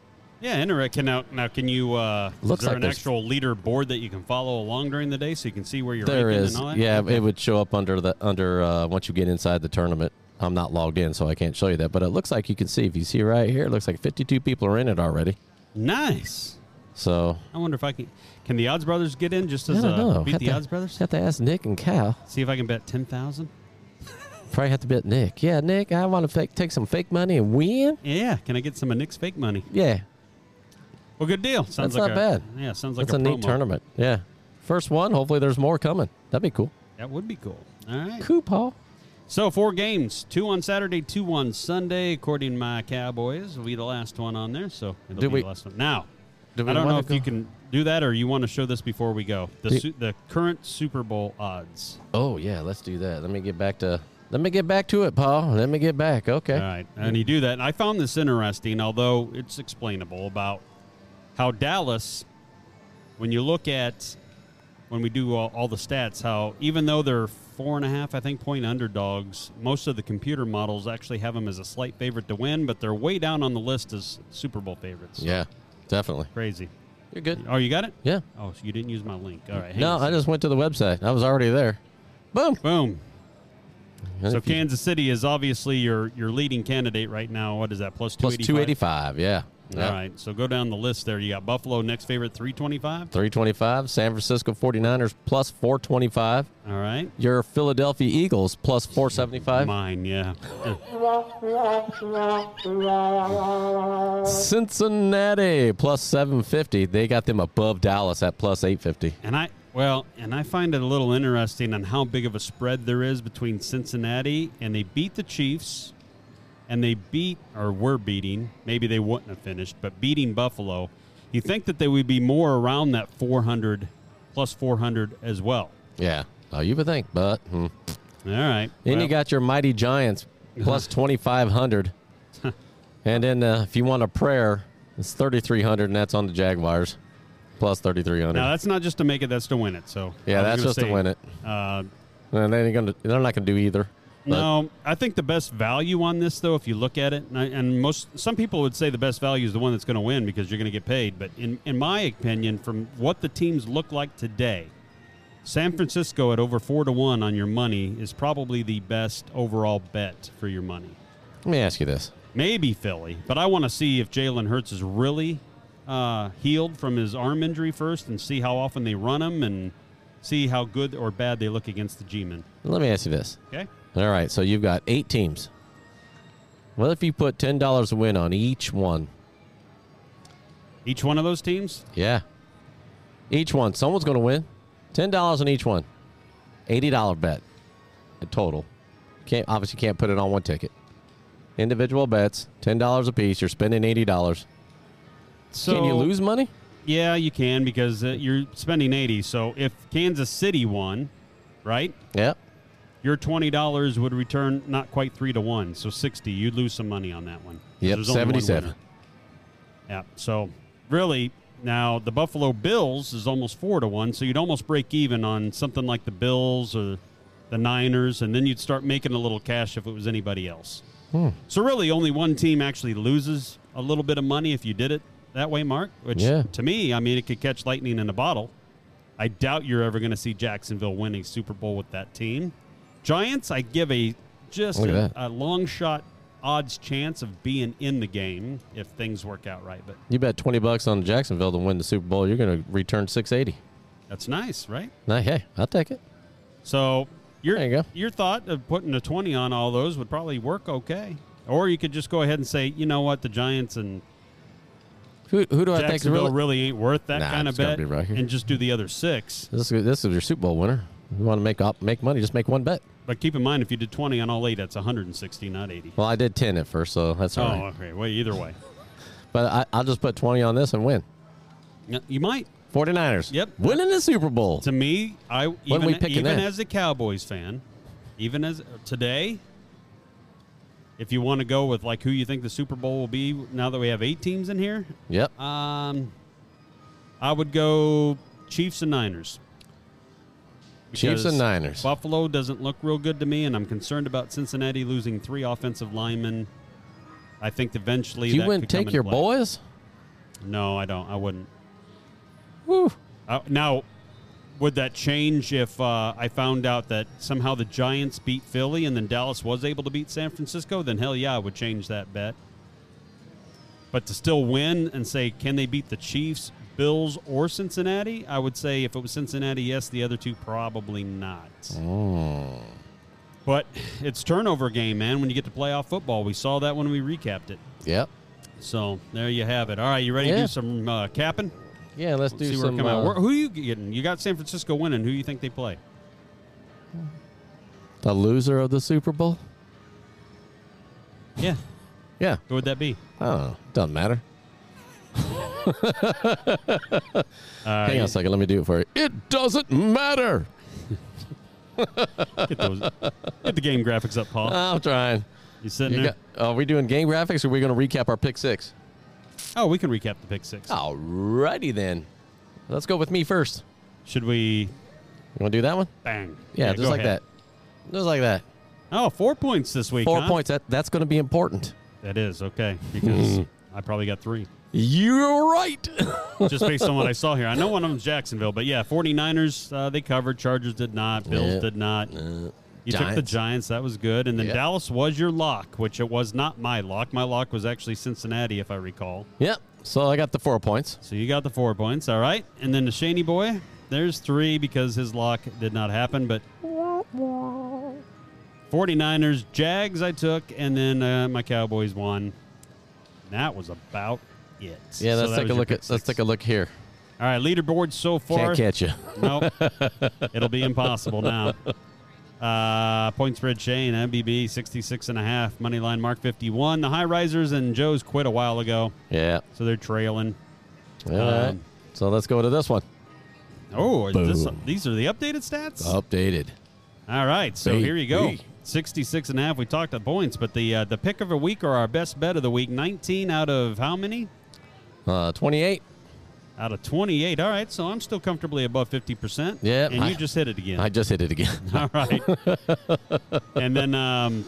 [SPEAKER 1] Yeah, Interac can now now can you uh
[SPEAKER 2] Looks
[SPEAKER 1] is there
[SPEAKER 2] like
[SPEAKER 1] an
[SPEAKER 2] there's-
[SPEAKER 1] actual leaderboard that you can follow along during the day so you can see where you're
[SPEAKER 2] There
[SPEAKER 1] ranking
[SPEAKER 2] is,
[SPEAKER 1] and all that?
[SPEAKER 2] yeah. It would show up under the under uh, once you get inside the tournament. I'm not logged in, so I can't show you that. But it looks like you can see if you see right here. It looks like 52 people are in it already.
[SPEAKER 1] Nice.
[SPEAKER 2] So
[SPEAKER 1] I wonder if I can can the odds brothers get in just
[SPEAKER 2] I
[SPEAKER 1] as
[SPEAKER 2] don't
[SPEAKER 1] uh,
[SPEAKER 2] know.
[SPEAKER 1] beat
[SPEAKER 2] Have
[SPEAKER 1] the
[SPEAKER 2] to-
[SPEAKER 1] odds brothers?
[SPEAKER 2] Have to ask Nick and Cal.
[SPEAKER 1] See if I can bet ten thousand.
[SPEAKER 2] Probably have to bet Nick. Yeah, Nick, I want to fake, take some fake money and win.
[SPEAKER 1] Yeah, can I get some of Nick's fake money?
[SPEAKER 2] Yeah,
[SPEAKER 1] Well, good deal. Sounds
[SPEAKER 2] That's
[SPEAKER 1] like
[SPEAKER 2] not
[SPEAKER 1] a,
[SPEAKER 2] bad.
[SPEAKER 1] Yeah, sounds like
[SPEAKER 2] that's
[SPEAKER 1] a,
[SPEAKER 2] a, neat
[SPEAKER 1] promo.
[SPEAKER 2] tournament. Yeah, first one. Hopefully, there's more coming. That'd be cool.
[SPEAKER 1] That would be cool. All right.
[SPEAKER 2] Cool, Paul.
[SPEAKER 1] So four games, two on Saturday, two on Sunday. According to my Cowboys, will be the last one on there. So it'll
[SPEAKER 2] Do
[SPEAKER 1] be
[SPEAKER 2] we-
[SPEAKER 1] the last one. Now,
[SPEAKER 2] do we
[SPEAKER 1] I don't know
[SPEAKER 2] wanna
[SPEAKER 1] if you
[SPEAKER 2] go-
[SPEAKER 1] can do that or you want to show this before we go. The
[SPEAKER 2] Do-
[SPEAKER 1] su- the current Super Bowl odds.
[SPEAKER 2] Oh yeah, let's do that. Let me get back to. Let me get back to it, Paul. Let me get back. Okay.
[SPEAKER 1] All right, and you do that. And I found this interesting, although it's explainable about how Dallas, when you look at when we do all, all the stats how even though they're four and a half, I think, point underdogs, most of the computer models actually have them as a slight favorite to win, but they're way down on the list as Super Bowl favorites.
[SPEAKER 2] Yeah, definitely.
[SPEAKER 1] Crazy.
[SPEAKER 2] You're good.
[SPEAKER 1] Oh, you got it?
[SPEAKER 2] Yeah.
[SPEAKER 1] Oh, so you didn't use my link. All right. hang
[SPEAKER 2] No,
[SPEAKER 1] on a
[SPEAKER 2] I
[SPEAKER 1] second.
[SPEAKER 2] just went to the website. I was already there. Boom.
[SPEAKER 1] Boom. So
[SPEAKER 2] If you-
[SPEAKER 1] Kansas City is obviously your your leading candidate right now. What is that? Plus
[SPEAKER 2] plus
[SPEAKER 1] 285.
[SPEAKER 2] 285. Yeah. yeah.
[SPEAKER 1] All right. So go down the list there. You got Buffalo next favorite 325.
[SPEAKER 2] 325. San Francisco 49ers plus 425.
[SPEAKER 1] All right.
[SPEAKER 2] Your Philadelphia Eagles plus 475.
[SPEAKER 1] Mine, yeah.
[SPEAKER 2] Cincinnati plus 750. They got them above Dallas at plus 850.
[SPEAKER 1] And I well, and I find it a little interesting on how big of a spread there is between Cincinnati and they beat the Chiefs and they beat or were beating, maybe they wouldn't have finished, but beating Buffalo. You think that they would be more around that 400 plus 400 as well.
[SPEAKER 2] Yeah. Oh, you would think, but hmm.
[SPEAKER 1] All right.
[SPEAKER 2] then
[SPEAKER 1] Well,
[SPEAKER 2] you got your mighty Giants plus 2500. and then uh, if you want a prayer, it's 3300 and that's on the Jaguars plus 3300.
[SPEAKER 1] Now that's not just to make it; that's to win it. So I
[SPEAKER 2] Yeah,
[SPEAKER 1] was
[SPEAKER 2] that's
[SPEAKER 1] gonna
[SPEAKER 2] just to win it.
[SPEAKER 1] Uh,
[SPEAKER 2] and they ain't gonna, they're not going to do either. But-
[SPEAKER 1] no, I think the best value on this, though, if you look at it, and, I, and most some people would say the best value is the one that's going to win because you're going to get paid. But in in my opinion, from what the teams look like today, San Francisco at over four to one on your money is probably the best overall bet for your money.
[SPEAKER 2] Let me ask you this.
[SPEAKER 1] Maybe Philly, but I want to see if Jalen Hurts is really uh, healed from his arm injury first, and see how often they run him, and see how good or bad they look against the G-men.
[SPEAKER 2] Let me ask you this.
[SPEAKER 1] Okay,
[SPEAKER 2] All right, so you've got eight teams. What if you put ten dollars a win on each one?
[SPEAKER 1] each one of those teams.
[SPEAKER 2] Yeah, each one. Someone's going to win. Ten dollars on each one. Eighty dollar bet, a total. Can't obviously can't put it on one ticket. Individual bets, ten dollars a piece. You're spending eighty dollars.
[SPEAKER 1] So
[SPEAKER 2] Can you lose money?
[SPEAKER 1] Yeah, you can because uh, you're spending eighty. So if Kansas City won, right,
[SPEAKER 2] Yeah.
[SPEAKER 1] your twenty dollars would return not quite three to one, so sixty. You'd lose some money on that one. 'Cause
[SPEAKER 2] Yep,
[SPEAKER 1] there's only one
[SPEAKER 2] 77.
[SPEAKER 1] winner. Yeah. So really, now the Buffalo Bills is almost four to one, so you'd almost break even on something like the Bills or the Niners, and then you'd start making a little cash if it was anybody else.
[SPEAKER 2] Hmm.
[SPEAKER 1] So really, only one team actually loses a little bit of money if you did it that way, Mark. Which
[SPEAKER 2] Yeah.
[SPEAKER 1] to me, I mean, it could catch lightning in a bottle. I doubt you're ever going to see Jacksonville winning Super Bowl with that team. Giants, I give a just
[SPEAKER 2] Look at
[SPEAKER 1] a,
[SPEAKER 2] that.
[SPEAKER 1] a long shot odds chance of being in the game if things work out right. But
[SPEAKER 2] You bet twenty bucks on Jacksonville to win the Super Bowl. You're going to return six eighty.
[SPEAKER 1] that's nice, right?
[SPEAKER 2] Now, hey, I'll take it.
[SPEAKER 1] So your
[SPEAKER 2] There you go.
[SPEAKER 1] your thought of putting a twenty on all those would probably work okay. Or you could just go ahead and say, you know what, the Giants and
[SPEAKER 2] Who, who do I think is
[SPEAKER 1] Jacksonville
[SPEAKER 2] really?
[SPEAKER 1] really ain't worth that
[SPEAKER 2] Nah,
[SPEAKER 1] kind of
[SPEAKER 2] it's gotta
[SPEAKER 1] bet,
[SPEAKER 2] be right here.
[SPEAKER 1] and just do the other six.
[SPEAKER 2] This is, this is your Super Bowl winner. You want to make op, make money, just make one bet.
[SPEAKER 1] But keep in mind, if you did twenty on all eight, that's one hundred and sixty, not eighty.
[SPEAKER 2] Well, I did 10 at first, so that's all right.
[SPEAKER 1] Oh, okay. Well, either way, Oh.
[SPEAKER 2] But I, I'll just put 20 on this and win.
[SPEAKER 1] Yeah, you might.
[SPEAKER 2] 49ers.
[SPEAKER 1] Yep.
[SPEAKER 2] Winning the Super Bowl.
[SPEAKER 1] To me, I even,
[SPEAKER 2] we picking
[SPEAKER 1] even
[SPEAKER 2] that?
[SPEAKER 1] as a Cowboys fan, even as today, if you want to go with like who you think the Super Bowl will be, now that we have eight teams in here,
[SPEAKER 2] Yep.
[SPEAKER 1] um, I would go Chiefs and Niners.
[SPEAKER 2] Chiefs and
[SPEAKER 1] Because
[SPEAKER 2] Niners.
[SPEAKER 1] Buffalo doesn't look real good to me, and I'm concerned about Cincinnati losing three offensive linemen. I think eventually
[SPEAKER 2] you
[SPEAKER 1] that
[SPEAKER 2] wouldn't
[SPEAKER 1] could come
[SPEAKER 2] take
[SPEAKER 1] into
[SPEAKER 2] your
[SPEAKER 1] play.
[SPEAKER 2] boys?
[SPEAKER 1] No, I don't. I wouldn't.
[SPEAKER 2] Woo.
[SPEAKER 1] Uh, now, would that change if uh, I found out that somehow the Giants beat Philly and then Dallas was able to beat San Francisco? Then hell yeah, I would change that bet. But to still win and say, can they beat the Chiefs, Bills, or Cincinnati? I would say if it was Cincinnati, yes. The other two, probably not. But it's turnover game, man. When you get to playoff football, we saw that when we recapped it.
[SPEAKER 2] Yep.
[SPEAKER 1] So there you have it. All right, you ready to
[SPEAKER 2] Yeah.
[SPEAKER 1] do some uh, capping?
[SPEAKER 2] Yeah,
[SPEAKER 1] Let's
[SPEAKER 2] let's do
[SPEAKER 1] see where
[SPEAKER 2] some.
[SPEAKER 1] it come out.
[SPEAKER 2] uh,
[SPEAKER 1] Where- who are you getting? You got San Francisco winning. Who do you think they play?
[SPEAKER 2] the loser of the Super Bowl?
[SPEAKER 1] Yeah.
[SPEAKER 2] Yeah.
[SPEAKER 1] Who would that be?
[SPEAKER 2] I don't know. Doesn't matter.
[SPEAKER 1] Uh,
[SPEAKER 2] Hang on a second. Let me do it for you. It doesn't matter.
[SPEAKER 1] Get, those, get the game graphics up, Paul.
[SPEAKER 2] I'm trying.
[SPEAKER 1] You sitting
[SPEAKER 2] Uh, You
[SPEAKER 1] there?
[SPEAKER 2] got, are we doing game graphics or are we going to recap our pick six?
[SPEAKER 1] oh,
[SPEAKER 2] Oh.
[SPEAKER 1] we can recap the pick six.
[SPEAKER 2] Alrighty then. Let's go with me first.
[SPEAKER 1] Should we
[SPEAKER 2] You want to do that one?
[SPEAKER 1] Bang.
[SPEAKER 2] Yeah, just
[SPEAKER 1] go
[SPEAKER 2] like
[SPEAKER 1] ahead.
[SPEAKER 2] that. Just like that.
[SPEAKER 1] Oh, four points this week.
[SPEAKER 2] Four
[SPEAKER 1] huh?
[SPEAKER 2] points. That that's going to be important.
[SPEAKER 1] That is okay because
[SPEAKER 2] Mm.
[SPEAKER 1] I probably got three
[SPEAKER 2] You're right.
[SPEAKER 1] just based on what I saw here. I know one of them's Jacksonville, but yeah, 49ers uh, they covered. Chargers did not. Bills
[SPEAKER 2] Yeah.
[SPEAKER 1] did not. You took the
[SPEAKER 2] Giants.
[SPEAKER 1] Giants. That was good. And then
[SPEAKER 2] Yeah.
[SPEAKER 1] Dallas was your lock, which it was not my lock. My lock was actually Cincinnati, if I recall.
[SPEAKER 2] yep. So I got the four points.
[SPEAKER 1] So you got the four points. All right. And then the Shaney boy, there's three because his lock did not happen. But 49ers, Jags I took, and then uh, my Cowboys won. That was about it.
[SPEAKER 2] Yeah,
[SPEAKER 1] So
[SPEAKER 2] let's
[SPEAKER 1] that was
[SPEAKER 2] take a
[SPEAKER 1] your
[SPEAKER 2] look
[SPEAKER 1] pick
[SPEAKER 2] at
[SPEAKER 1] six.
[SPEAKER 2] let's take a look here.
[SPEAKER 1] All right, leaderboard so far.
[SPEAKER 2] Can't catch you.
[SPEAKER 1] Nope. It'll be impossible now. Uh, point spread Shane, MBB 66 and a half, money line Mark 51. The high risers and Joe's quit a while ago,
[SPEAKER 2] Yeah.
[SPEAKER 1] so they're trailing.
[SPEAKER 2] All right.
[SPEAKER 1] Um,
[SPEAKER 2] So let's go to this one.
[SPEAKER 1] Oh, is this,
[SPEAKER 2] Boom.
[SPEAKER 1] these are the updated stats?
[SPEAKER 2] Updated.
[SPEAKER 1] All right, so here you go.
[SPEAKER 2] Baby.
[SPEAKER 1] 66 and a half. We talked the points, but the uh, the pick of the week or our best bet of the week, 19 out of how many?
[SPEAKER 2] Uh, 28.
[SPEAKER 1] Out of 28. All right, so I'm still comfortably above 50%.
[SPEAKER 2] Yep,
[SPEAKER 1] And you
[SPEAKER 2] I-
[SPEAKER 1] just hit it again.
[SPEAKER 2] I just hit it again.
[SPEAKER 1] All right. and then um,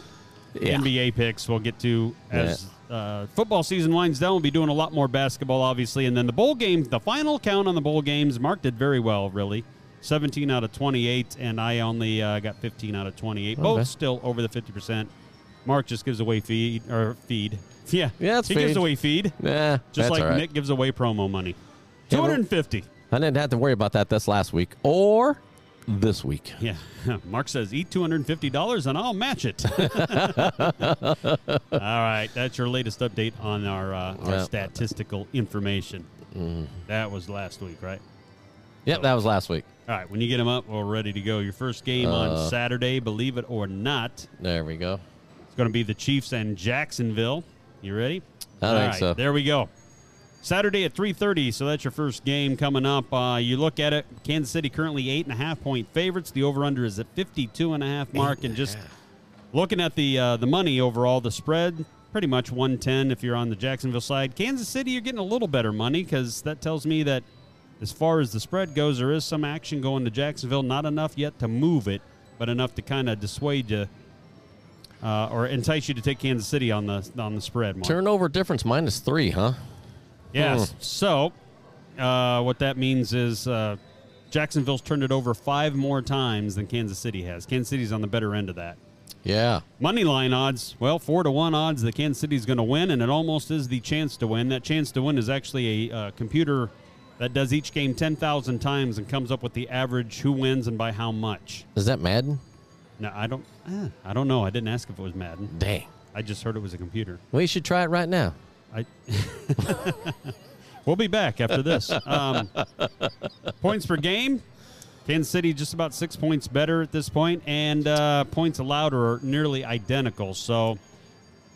[SPEAKER 2] Yeah.
[SPEAKER 1] NBA picks we'll get to as uh, football season winds down. We'll be doing a lot more basketball, obviously. And then the bowl games, the final count on the bowl games, Mark did very well, really. 17 out of 28, and I only uh, got 15 out of 28.
[SPEAKER 2] Oh, Okay.
[SPEAKER 1] Both still over the 50%. Mark just gives away feed, or feed. Yeah.
[SPEAKER 2] Yeah, it's
[SPEAKER 1] he gives
[SPEAKER 2] feed.
[SPEAKER 1] away feed,
[SPEAKER 2] Nah,
[SPEAKER 1] just
[SPEAKER 2] that's
[SPEAKER 1] like
[SPEAKER 2] all right.
[SPEAKER 1] Nick gives away promo money.
[SPEAKER 2] Yeah, well-
[SPEAKER 1] 250.
[SPEAKER 2] I didn't have to worry about that this last week or this week.
[SPEAKER 1] Yeah. Mark says, eat $250 and I'll match it. All right. That's your latest update on our, uh, our
[SPEAKER 2] Yeah. Mm-hmm.
[SPEAKER 1] statistical information. That was last week, right? Oh.
[SPEAKER 2] Yep, that was last week.
[SPEAKER 1] All right. When you get them up, we're ready to go. Your first game
[SPEAKER 2] Uh.
[SPEAKER 1] on Saturday, believe it or not,
[SPEAKER 2] There we go.
[SPEAKER 1] it's going to be the Chiefs and Jacksonville. You ready?
[SPEAKER 2] I
[SPEAKER 1] All
[SPEAKER 2] think so.
[SPEAKER 1] There we go. Saturday at 3:30, so that's your first game coming up. Uh, you look at it. Kansas City currently eight and a half point favorites. The over/under is at 52 and a half mark, and just looking at the uh, the money overall, the spread pretty much 110 if you're on the Jacksonville side. Kansas City, you're getting a little better money because that tells me that as far as the spread goes, there is some action going to Jacksonville. Not enough yet to move it, but enough to kind of dissuade you uh, or entice you to take Kansas City on the on the spread. Mark.
[SPEAKER 2] Turnover difference minus three, huh?
[SPEAKER 1] Yes. So, uh, what that means is uh, Jacksonville's turned it over five more times than Kansas City has. Kansas City's on the better end of that.
[SPEAKER 2] Yeah.
[SPEAKER 1] Money line odds, well, four to one odds that Kansas City's going to win, and it almost is the chance to win. That chance to win is actually a uh, computer that does each game 10,000 times and comes up with the average who wins and by how much.
[SPEAKER 2] Is that Madden?
[SPEAKER 1] Now, I don't, eh, I don't know. I didn't ask if it was Madden.
[SPEAKER 2] Dang.
[SPEAKER 1] I just heard it was a computer.
[SPEAKER 2] We should try it right now.
[SPEAKER 1] I. we'll be back after this. Um, points per game. Kansas City just about six points better at this point, and uh, points allowed are nearly identical. So,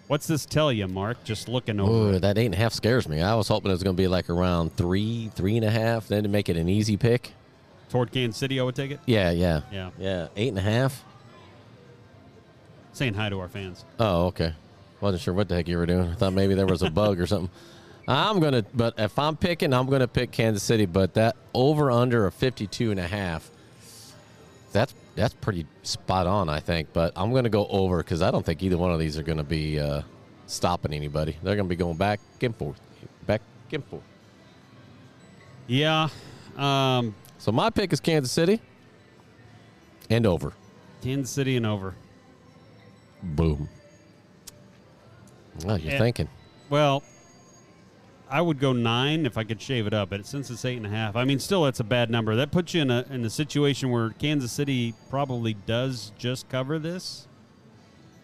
[SPEAKER 1] what's this tell you, Mark? Just looking over.
[SPEAKER 2] Ooh,
[SPEAKER 1] it.
[SPEAKER 2] that eight and a half scares me. I was hoping it was going to be like around three, three and a half, then to make it an easy pick.
[SPEAKER 1] Toward Kansas City, I would take it.
[SPEAKER 2] Yeah, yeah.
[SPEAKER 1] Yeah.
[SPEAKER 2] Yeah, eight and a half.
[SPEAKER 1] Saying hi to our fans.
[SPEAKER 2] Oh, okay. Wasn't sure what the heck you were doing. I thought maybe there was a bug or something. I'm going to, but if I'm picking, I'm going to pick Kansas City, but that over under of 52 and a half, that's, that's pretty spot on, I think. But I'm going to go over because I don't think either one of these are going to be uh, stopping anybody. They're going to be going back and forth, back and forth.
[SPEAKER 1] Yeah. Um,
[SPEAKER 2] So my pick is Kansas City and over.
[SPEAKER 1] Kansas City and over.
[SPEAKER 2] Boom. Oh, you're
[SPEAKER 1] Yeah.
[SPEAKER 2] thinking.
[SPEAKER 1] Well, I would go nine if I could shave it up, but since it's eight and a half, I mean, still that's a bad number. That puts you in a in a situation where Kansas City probably does just cover this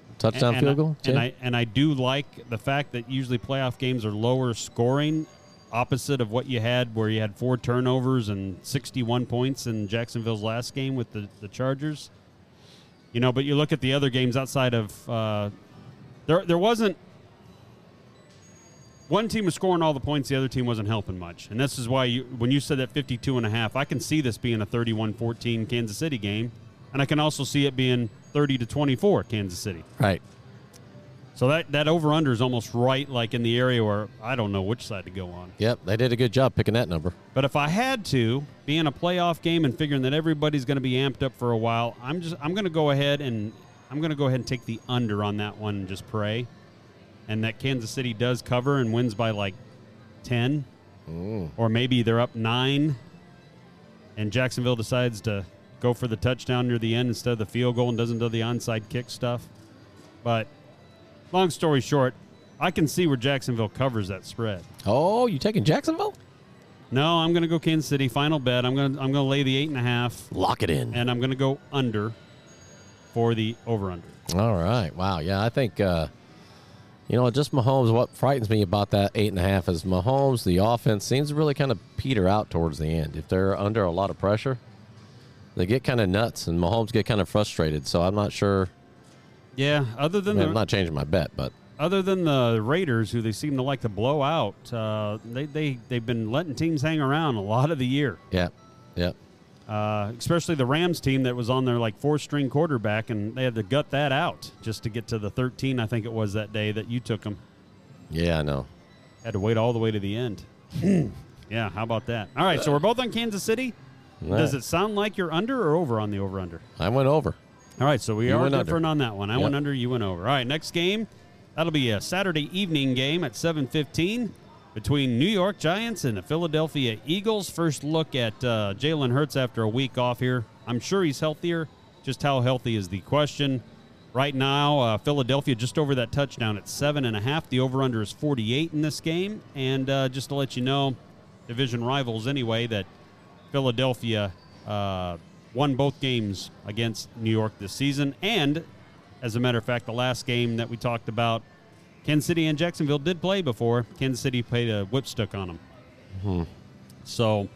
[SPEAKER 1] And-
[SPEAKER 2] Touchdown
[SPEAKER 1] and I-
[SPEAKER 2] field goal?
[SPEAKER 1] And
[SPEAKER 2] Jay?
[SPEAKER 1] I and I do like the fact that usually playoff games are lower scoring, opposite of what you had where you had four turnovers and sixty one points in Jacksonville's last game with the the Chargers. You know, but you look at the other games outside of uh, there. There wasn't one team was scoring all the points, the other team wasn't helping much. And this is why you, when you said that 52 and a half, I can see this being a 31-14 Kansas City game, and I can also see it being 30 to 24 Kansas City.
[SPEAKER 2] right.
[SPEAKER 1] So that, that over under is almost right, like in the area where I don't know which side to go on.
[SPEAKER 2] Yep, they did a good job picking that number.
[SPEAKER 1] But if I had to, being a playoff game and figuring that everybody's going to be amped up for a while, I'm just I'm going to go ahead and I'm going to go ahead and take the under on that one and just pray, and that Kansas City does cover and wins by like ten, or maybe they're up nine, and Jacksonville decides to go for the touchdown near the end instead of the field goal and doesn't do the onside kick stuff. But long story short, I can see where Jacksonville covers that spread.
[SPEAKER 2] Oh, you taking Jacksonville?
[SPEAKER 1] No, I'm going to go Kansas City. Final bet. I'm going to I'm going to lay the eight and a half,
[SPEAKER 2] Lock it in.
[SPEAKER 1] and I'm going to go under for the over under.
[SPEAKER 2] All right. Wow. Yeah, I think uh, you know just Mahomes. What frightens me about that eight and a half is Mahomes. The offense seems to really kind of peter out towards the end. If they're under a lot of pressure, they get kind of nuts, and Mahomes get kind of frustrated. So I'm not sure.
[SPEAKER 1] Yeah. Other
[SPEAKER 2] I
[SPEAKER 1] than
[SPEAKER 2] mean,
[SPEAKER 1] the
[SPEAKER 2] I'm not changing my bet, but
[SPEAKER 1] other than the Raiders, who they seem to like to blow out, uh, they they they've been letting teams hang around a lot of the year.
[SPEAKER 2] yeah, yeah.
[SPEAKER 1] Uh, especially the Rams team that was on their like four string quarterback, and they had to gut that out just to get to the 13. I think it was that day that you took them.
[SPEAKER 2] Yeah, I know.
[SPEAKER 1] Had to wait all the way to the end. yeah, how about that? All right, so we're both on Kansas City.
[SPEAKER 2] All
[SPEAKER 1] Does
[SPEAKER 2] right.
[SPEAKER 1] it sound like you're under or over on the over under?
[SPEAKER 2] I went over.
[SPEAKER 1] All right, so we
[SPEAKER 2] You
[SPEAKER 1] are
[SPEAKER 2] went under.
[SPEAKER 1] different on that one. I
[SPEAKER 2] Yep.
[SPEAKER 1] went under, you went over. All right, next game, that'll be a Saturday evening game at 7:15 between New York Giants and the Philadelphia Eagles. First look at uh, Jalen Hurts after a week off here. I'm sure he's healthier. Just how healthy is the question? Right now, uh, Philadelphia just over that touchdown at seven and a half. The over under is 48 in this game. And uh, just to let you know, division rivals anyway, that Philadelphia uh, won both games against New York this season. And as a matter of fact, the last game that we talked about, Kansas City and Jacksonville did play before. Kansas City played a whipstick on them. So,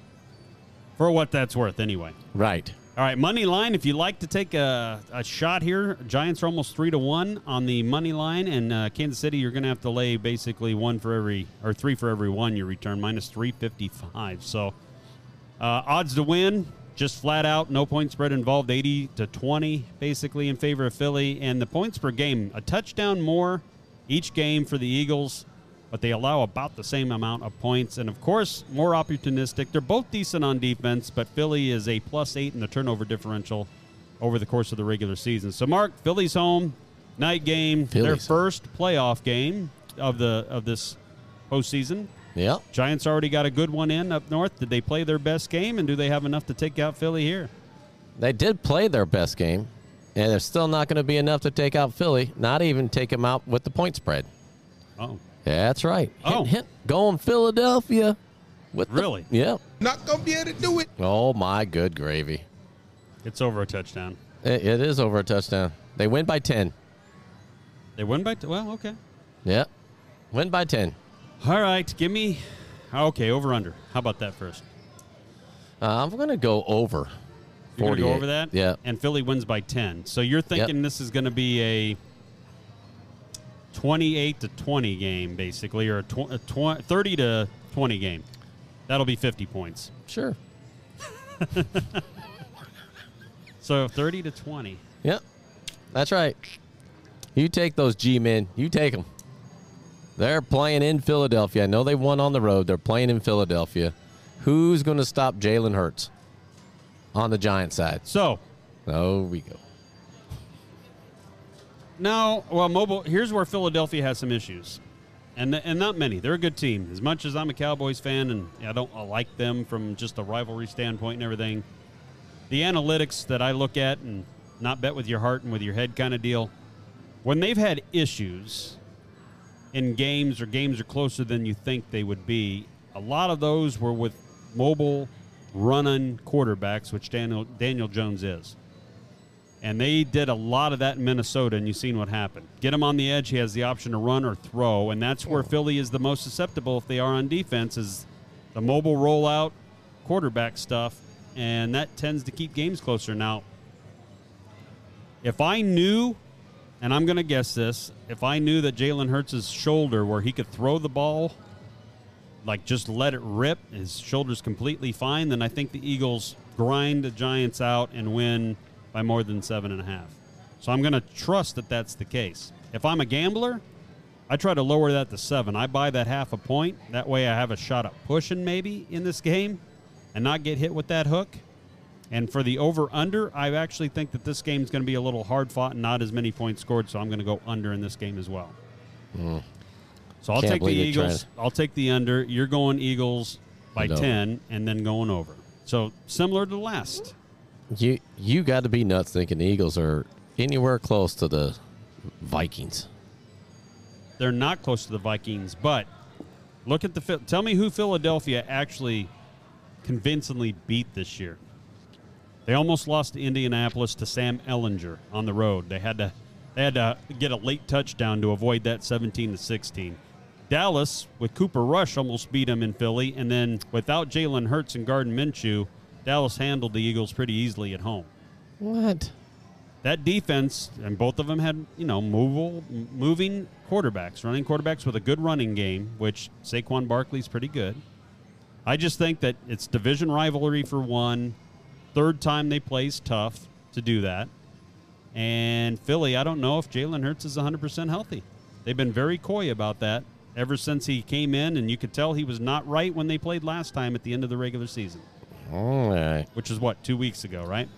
[SPEAKER 1] for what that's worth, anyway.
[SPEAKER 2] Right.
[SPEAKER 1] All right, money line. If you like to take a, a shot here, Giants are almost three to one on the money line, and uh, Kansas City, you're going to have to lay basically one for every or three for every one you return, minus three fifty five. So, uh, odds to win, just flat out, no point spread involved, eighty to twenty, basically in favor of Philly, and the points per game, a touchdown more each game for the Eagles, but they allow about the same amount of points, and of course, more opportunistic. They're both decent on defense, but Philly is a plus eight in the turnover differential over the course of the regular season. So, Mark, Philly's home, night game, their
[SPEAKER 2] Philly's home.
[SPEAKER 1] first playoff game of the of this postseason.
[SPEAKER 2] Yeah.
[SPEAKER 1] Giants already got a good one in up north. Did they play their best game, and do they have enough to take out Philly here?
[SPEAKER 2] They did play their best game, and they're still not going to be enough to take out Philly. Not even take them out with the point spread.
[SPEAKER 1] Oh,
[SPEAKER 2] That's right. Hint,
[SPEAKER 1] Oh.
[SPEAKER 2] hint. Going Philadelphia. With the-
[SPEAKER 1] Really?
[SPEAKER 2] yeah.
[SPEAKER 6] Not gonna be able to do it.
[SPEAKER 2] Oh my good gravy!
[SPEAKER 1] it's over a touchdown.
[SPEAKER 2] It, it is over a touchdown. They win by ten.
[SPEAKER 1] They win by t- well, okay.
[SPEAKER 2] Yeah, win by ten.
[SPEAKER 1] All right, give me ah, okay over under. How about that first?
[SPEAKER 2] Uh, I'm gonna go over.
[SPEAKER 1] You're gonna go
[SPEAKER 2] 48.
[SPEAKER 1] over that.
[SPEAKER 2] Yeah.
[SPEAKER 1] And Philly wins by ten. So you're thinking this is going to be a twenty-eight to twenty game, basically, or a, tw- a tw- thirty to twenty game. That'll be fifty points.
[SPEAKER 2] Sure.
[SPEAKER 1] So thirty to twenty.
[SPEAKER 2] Yep. That's right. You take those G men. You take them. They're playing in Philadelphia. I know they won on the road. They're playing in Philadelphia. Who's gonna stop Jalen Hurts on the Giant side?
[SPEAKER 1] So
[SPEAKER 2] Oh, we go.
[SPEAKER 1] No, well, mobile. Here's where Philadelphia has some issues, and and not many. They're a good team. As much as I'm a Cowboys fan, and I don't like them from just a rivalry standpoint and everything, the analytics that I look at and not bet with your heart and with your head kind of deal. When they've had issues in games or games are closer than you think they would be, a lot of those were with mobile running quarterbacks, which Daniel Daniel Jones is. And they did a lot of that in Minnesota, and you've seen what happened. Get him on the edge; he has the option to run or throw, and that's where Philly is the most susceptible if they are on defense. Is the mobile rollout, quarterback stuff, and that tends to keep games closer. Now, if I knew, and I'm going to guess this, if I knew that Jalen Hurts' shoulder, where he could throw the ball, like just let it rip, his shoulder's completely fine, then I think the Eagles grind the Giants out and win by more than seven and a half. So I'm going to trust that that's the case. If I'm a gambler, I try to lower that to seven. I buy that half a point. That way I have a shot at pushing maybe in this game and not get hit with that hook. And for the over under, I actually think that this game's going to be a little hard fought and not as many points scored. So I'm going to go under in this game as well. So I'll
[SPEAKER 2] Mm. Can't
[SPEAKER 1] take the
[SPEAKER 2] believe you're trying
[SPEAKER 1] Eagles. I'll take the under. You're going Eagles by
[SPEAKER 2] And over.
[SPEAKER 1] 10 and then going over. So similar to last.
[SPEAKER 2] You you got to be nuts thinking the Eagles are anywhere close to the Vikings.
[SPEAKER 1] they're not close to the Vikings, but look at the Phil- tell me who Philadelphia actually convincingly beat this year. They almost lost to Indianapolis to Sam Ellinger on the road. They had to they had to get a late touchdown to avoid that 17 to 16. Dallas with Cooper Rush almost beat them in Philly, and then without Jalen Hurts and Garden Minshew, Dallas handled the Eagles pretty easily at home
[SPEAKER 2] What?
[SPEAKER 1] that defense and both of them had you know movable, m- moving quarterbacks, running quarterbacks with a good running game, which Saquon Barkley's pretty good. I just think that it's division rivalry for one, third time they plays tough to do that, and Philly. I don't know if Jalen Hurts is 100 percent healthy. They've been very coy about that ever since he came in, and you could tell he was not right when they played last time at the end of the regular season,
[SPEAKER 2] All right.
[SPEAKER 1] which is what two weeks ago, right?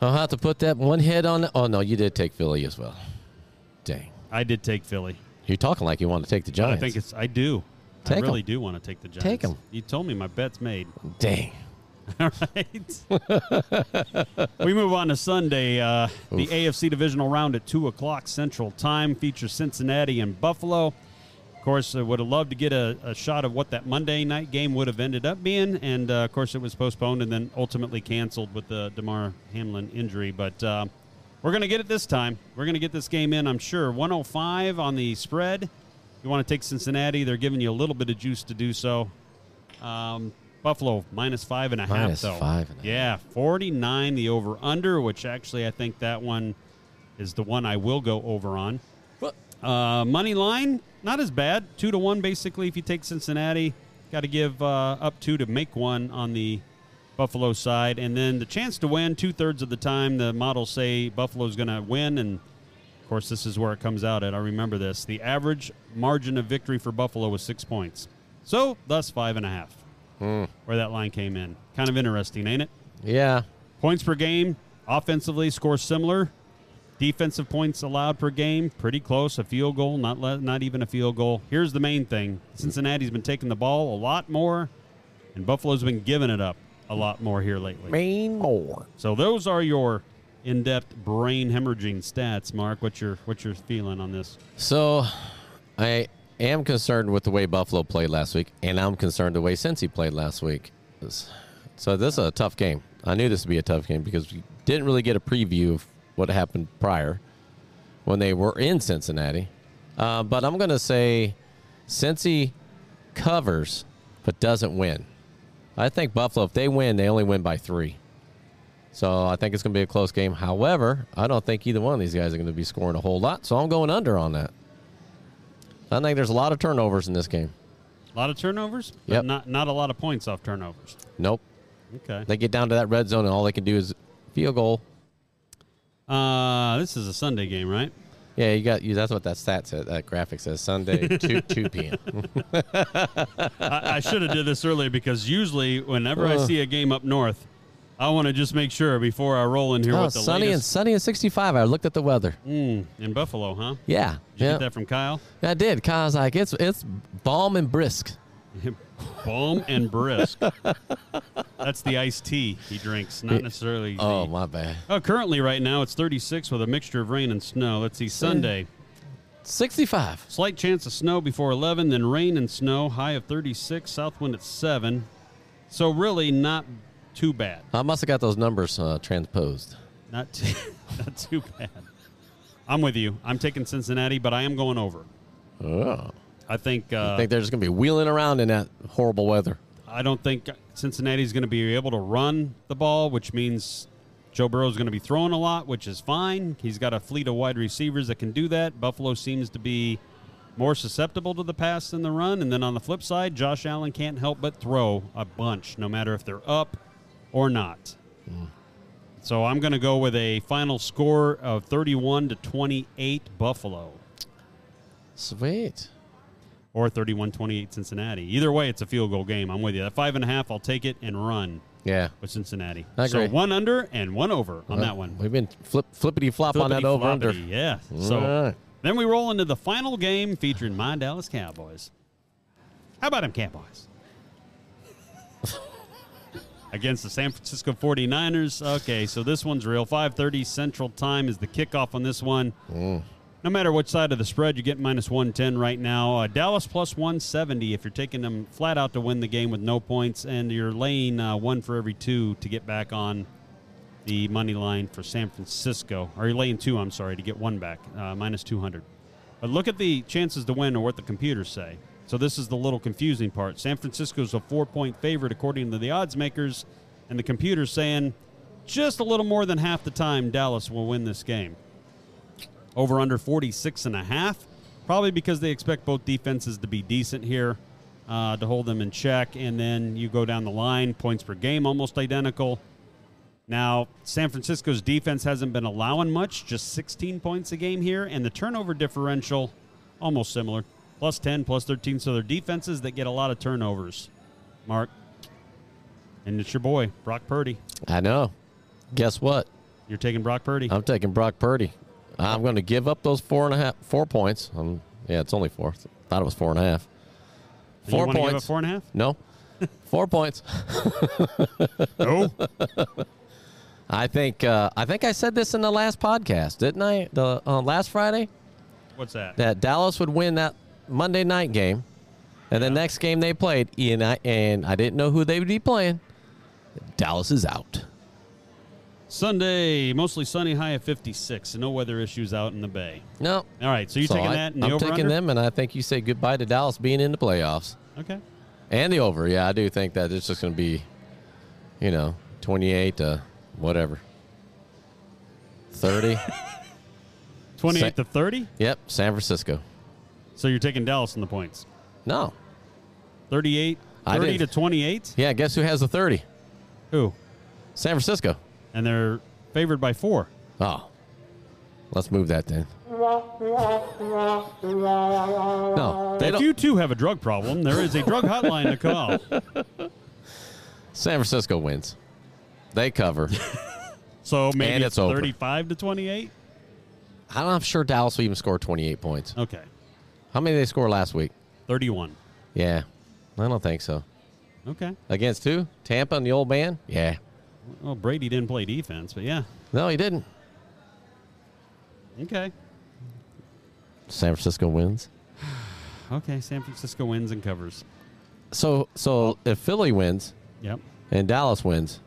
[SPEAKER 2] I'll have to put that one head on. Oh no, you did take Philly as well. Dang,
[SPEAKER 1] I did take Philly.
[SPEAKER 2] you're talking like you want to take the Giants.
[SPEAKER 1] I think it's. I do. I
[SPEAKER 2] Take 'em.
[SPEAKER 1] really do want to take the Giants.
[SPEAKER 2] Take 'em.
[SPEAKER 1] You told me my bet's made.
[SPEAKER 2] dang.
[SPEAKER 1] All right. we move on to Sunday. Uh, the AFC divisional round at two o'clock Central Time features Cincinnati and Buffalo. Of course, I would have loved to get a, a shot of what that Monday night game would have ended up being, and uh, of course, it was postponed and then ultimately canceled with the Demar Hamlin injury. But uh, we're going to get it this time. We're going to get this game in, I'm sure. 105 on the spread. You want to take Cincinnati? They're giving you a little bit of juice to do so. Um, Buffalo minus five and a half.
[SPEAKER 2] Minus
[SPEAKER 1] though.
[SPEAKER 2] five and a half.
[SPEAKER 1] Yeah, 49 the over under, which actually I think that one is the one I will go over on. Uh, money line, not as bad. Two to one, basically, if you take Cincinnati. Got to give uh, up two to make one on the Buffalo side. And then the chance to win, two thirds of the time, the models say Buffalo's going to win. And of course, this is where it comes out at. I remember this. The average margin of victory for Buffalo was six points. So, thus five and a half, where that line came in. Kind of interesting, ain't it?
[SPEAKER 2] Yeah,
[SPEAKER 1] Points per game, offensively score similar. Defensive points allowed per game, pretty close. A field goal, not le- not even a field goal. Here's the main thing: Cincinnati's been taking the ball a lot more, and Buffalo's been giving it up a lot more here lately.
[SPEAKER 2] mean more.
[SPEAKER 1] So those are your in-depth brain hemorrhaging stats, Mark. What's your what's your feeling on this?
[SPEAKER 2] So, I am concerned with the way Buffalo played last week, and I'm concerned the way Cincy played last week. This- So this is a tough game. I knew this would be a tough game because we didn't really get a preview of what happened prior when they were in Cincinnati. Uh, but I'm going to say Cincy covers but doesn't win. I think Buffalo, if they win, they only win by three. So I think it's going to be a close game. However, I don't think either one of these guys are going to be scoring a whole lot. So I'm going under on that. I think there's a lot of turnovers in this game.
[SPEAKER 1] A lot of turnovers, but
[SPEAKER 2] Yep.
[SPEAKER 1] not not a lot of points off turnovers.
[SPEAKER 2] Nope.
[SPEAKER 1] Okay.
[SPEAKER 2] They get down to that red zone and all they can do is field goal.
[SPEAKER 1] Uh, this is a Sunday game, right?
[SPEAKER 2] Yeah, you got you. That's what that stat said. That graphic says Sunday two two p.m.
[SPEAKER 1] I, I should have did this earlier because usually whenever
[SPEAKER 2] Uh.
[SPEAKER 1] I see a game up north, I want to just make sure before I roll in here
[SPEAKER 2] oh,
[SPEAKER 1] with the
[SPEAKER 2] sunny and
[SPEAKER 1] latest
[SPEAKER 2] sunny and sixty five. I looked at the weather.
[SPEAKER 1] in Buffalo, huh?
[SPEAKER 2] Yeah,
[SPEAKER 1] Did you
[SPEAKER 2] yeah,
[SPEAKER 1] get that from Kyle?
[SPEAKER 2] I did. Cause like it's it's balm and brisk.
[SPEAKER 1] Balm and brisk. That's the iced tea he drinks, not necessarily.
[SPEAKER 2] Oh
[SPEAKER 1] the-
[SPEAKER 2] my bad.
[SPEAKER 1] Oh, currently right now it's 36 with a mixture of rain and snow. Let's see, Sunday.
[SPEAKER 2] Sixty five.
[SPEAKER 1] Slight chance of snow before 11, then rain and snow, high of 36, south wind at 7. So, really, not too bad.
[SPEAKER 2] I must have got those numbers uh, transposed.
[SPEAKER 1] Not too, not too bad. I'm with you. I'm taking Cincinnati, but I am going over.
[SPEAKER 2] Oh.
[SPEAKER 1] I think, uh,
[SPEAKER 2] I think they're just going to be wheeling around in that horrible weather.
[SPEAKER 1] I don't think Cincinnati's going to be able to run the ball, which means Joe Burrow's going to be throwing a lot, which is fine. He's got a fleet of wide receivers that can do that. Buffalo seems to be more susceptible to the pass than the run. And then on the flip side, Josh Allen can't help but throw a bunch, no matter if they're up or not. So I'm going to go with a final score of 31 to 28 Buffalo.
[SPEAKER 2] Sweet.
[SPEAKER 1] or 31-28 Cincinnati. Either way, it's a field goal game. I'm with you. At five and a half, I'll take it and run
[SPEAKER 2] Yeah.
[SPEAKER 1] with Cincinnati.
[SPEAKER 2] I
[SPEAKER 1] So
[SPEAKER 2] agree.
[SPEAKER 1] one under and one over on that one.
[SPEAKER 2] We've been flip, flippity flop on that over under.
[SPEAKER 1] Flippity-floppity, Yeah. So
[SPEAKER 2] Alright.
[SPEAKER 1] then we roll into the final game featuring my Dallas Cowboys. How about them Cowboys? Against the San Francisco 49ers. Okay, so this one's real. 5:30 Central Time is the kickoff on this one.
[SPEAKER 2] Mm.
[SPEAKER 1] No matter which side of the spread, you get minus 110 right now. Uh, Dallas plus 170 if you're taking them flat out to win the game with no points, and you're laying uh, one for every two to get back on the money line for San Francisco. Or you're laying two, I'm sorry, to get one back, uh, minus 200. But look at the chances to win or what the computers say. So this is the little confusing part. San Francisco's a four point favorite according to the odds makers, and the computers saying just a little more than half the time Dallas will win this game over under 46 and a half probably because they expect both defenses to be decent here uh, to hold them in check and then you go down the line points per game almost identical now san francisco's defense hasn't been allowing much just 16 points a game here and the turnover differential almost similar plus 10 plus 13 so they're defenses that get a lot of turnovers mark and it's your boy brock purdy
[SPEAKER 2] I know. Guess what?
[SPEAKER 1] you're taking brock purdy
[SPEAKER 2] I'm taking Brock Purdy. I'm going to give up those four and a half, four points. Um, yeah, it's only four. Thought it was four and a half.
[SPEAKER 1] You
[SPEAKER 2] Four
[SPEAKER 1] wanna give
[SPEAKER 2] points.
[SPEAKER 1] up four and a half
[SPEAKER 2] No, four points.
[SPEAKER 1] no
[SPEAKER 2] I think. Uh, I think I said this in the last podcast, didn't I? The uh, last Friday
[SPEAKER 1] what's that
[SPEAKER 2] that Dallas would win that Monday night game, and the next game they played, and I and I didn't know who they would be playing. Dallas is out.
[SPEAKER 1] Sunday, mostly sunny, high of 56. So no weather issues out in the bay.
[SPEAKER 2] No.
[SPEAKER 1] All right, so you
[SPEAKER 2] So
[SPEAKER 1] taking
[SPEAKER 2] I,
[SPEAKER 1] that and the
[SPEAKER 2] I'm
[SPEAKER 1] over
[SPEAKER 2] taking
[SPEAKER 1] under?
[SPEAKER 2] them, and I think you say goodbye to Dallas being in the playoffs.
[SPEAKER 1] Okay.
[SPEAKER 2] And the over, yeah, I do think that it's just going to be, you know, 28 to whatever. 30.
[SPEAKER 1] 28
[SPEAKER 2] Sa-
[SPEAKER 1] to 30.
[SPEAKER 2] yep, San Francisco.
[SPEAKER 1] So you're taking Dallas in the points.
[SPEAKER 2] No.
[SPEAKER 1] 38
[SPEAKER 2] I
[SPEAKER 1] 30 to
[SPEAKER 2] didn't-
[SPEAKER 1] 28.
[SPEAKER 2] Yeah, guess who has the 30?
[SPEAKER 1] Who?
[SPEAKER 2] San Francisco.
[SPEAKER 1] And they're favored by 4.
[SPEAKER 2] Oh. Let's move that then. No, they
[SPEAKER 1] if
[SPEAKER 2] don't.
[SPEAKER 1] you too have a drug problem, there is a drug hotline to call.
[SPEAKER 2] San Francisco wins. They cover.
[SPEAKER 1] So maybe
[SPEAKER 2] And it's over.
[SPEAKER 1] 35 to 28.
[SPEAKER 2] I'm not sure Dallas will even score 28 points.
[SPEAKER 1] Okay.
[SPEAKER 2] How many did they score last week?
[SPEAKER 1] 31.
[SPEAKER 2] Yeah, I don't think so.
[SPEAKER 1] Okay.
[SPEAKER 2] Against who? Tampa and the old man? Yeah.
[SPEAKER 1] Well, Brady didn't play defense, but yeah.
[SPEAKER 2] No, he didn't.
[SPEAKER 1] Okay.
[SPEAKER 2] San Francisco wins.
[SPEAKER 1] Okay, San Francisco wins and covers.
[SPEAKER 2] So, so if Philly wins
[SPEAKER 1] Yep.
[SPEAKER 2] and Dallas wins,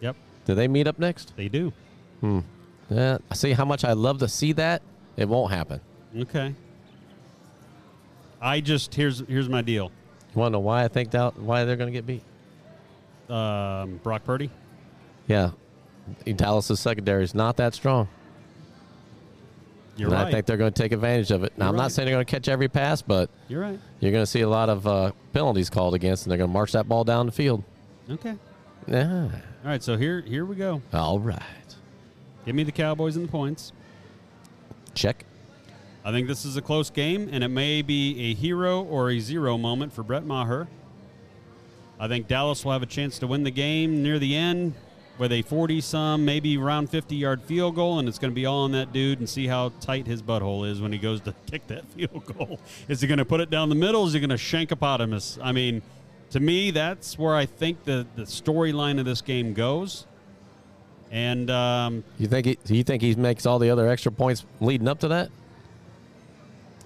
[SPEAKER 1] Yep.
[SPEAKER 2] do they meet up next?
[SPEAKER 1] They do.
[SPEAKER 2] Yeah. I see how much I love to see that. It won't happen.
[SPEAKER 1] Okay. I just here's here's my deal.
[SPEAKER 2] You want to know why I think that why they're going to get beat?
[SPEAKER 1] Um, Brock Purdy.
[SPEAKER 2] Yeah, Dallas's secondary is not that strong.
[SPEAKER 1] You're
[SPEAKER 2] and
[SPEAKER 1] right.
[SPEAKER 2] I think they're going to take advantage of it. Now, I'm
[SPEAKER 1] You're
[SPEAKER 2] not
[SPEAKER 1] right.
[SPEAKER 2] saying they're going to catch every pass, but
[SPEAKER 1] You're right.
[SPEAKER 2] you're going to see a lot of uh, penalties called against, and they're going to march that ball down the field.
[SPEAKER 1] Okay. All
[SPEAKER 2] Yeah.
[SPEAKER 1] right. So here here we go.
[SPEAKER 2] All right.
[SPEAKER 1] Give me the Cowboys and the points.
[SPEAKER 2] Check.
[SPEAKER 1] I think this is a close game, and it may be a hero or a zero moment for Brett Maher. I think Dallas will have a chance to win the game near the end with a 40 some, maybe round 50 yard field goal, and it's going to be all on that dude and see how tight his butthole is when he goes to kick that field goal. Is he going to put it down the middle? Is he going to shankopotamus? I mean, to me, that's where I think the, the storyline of this game goes. And um,
[SPEAKER 2] You think he, you think he makes all the other extra points leading up to that?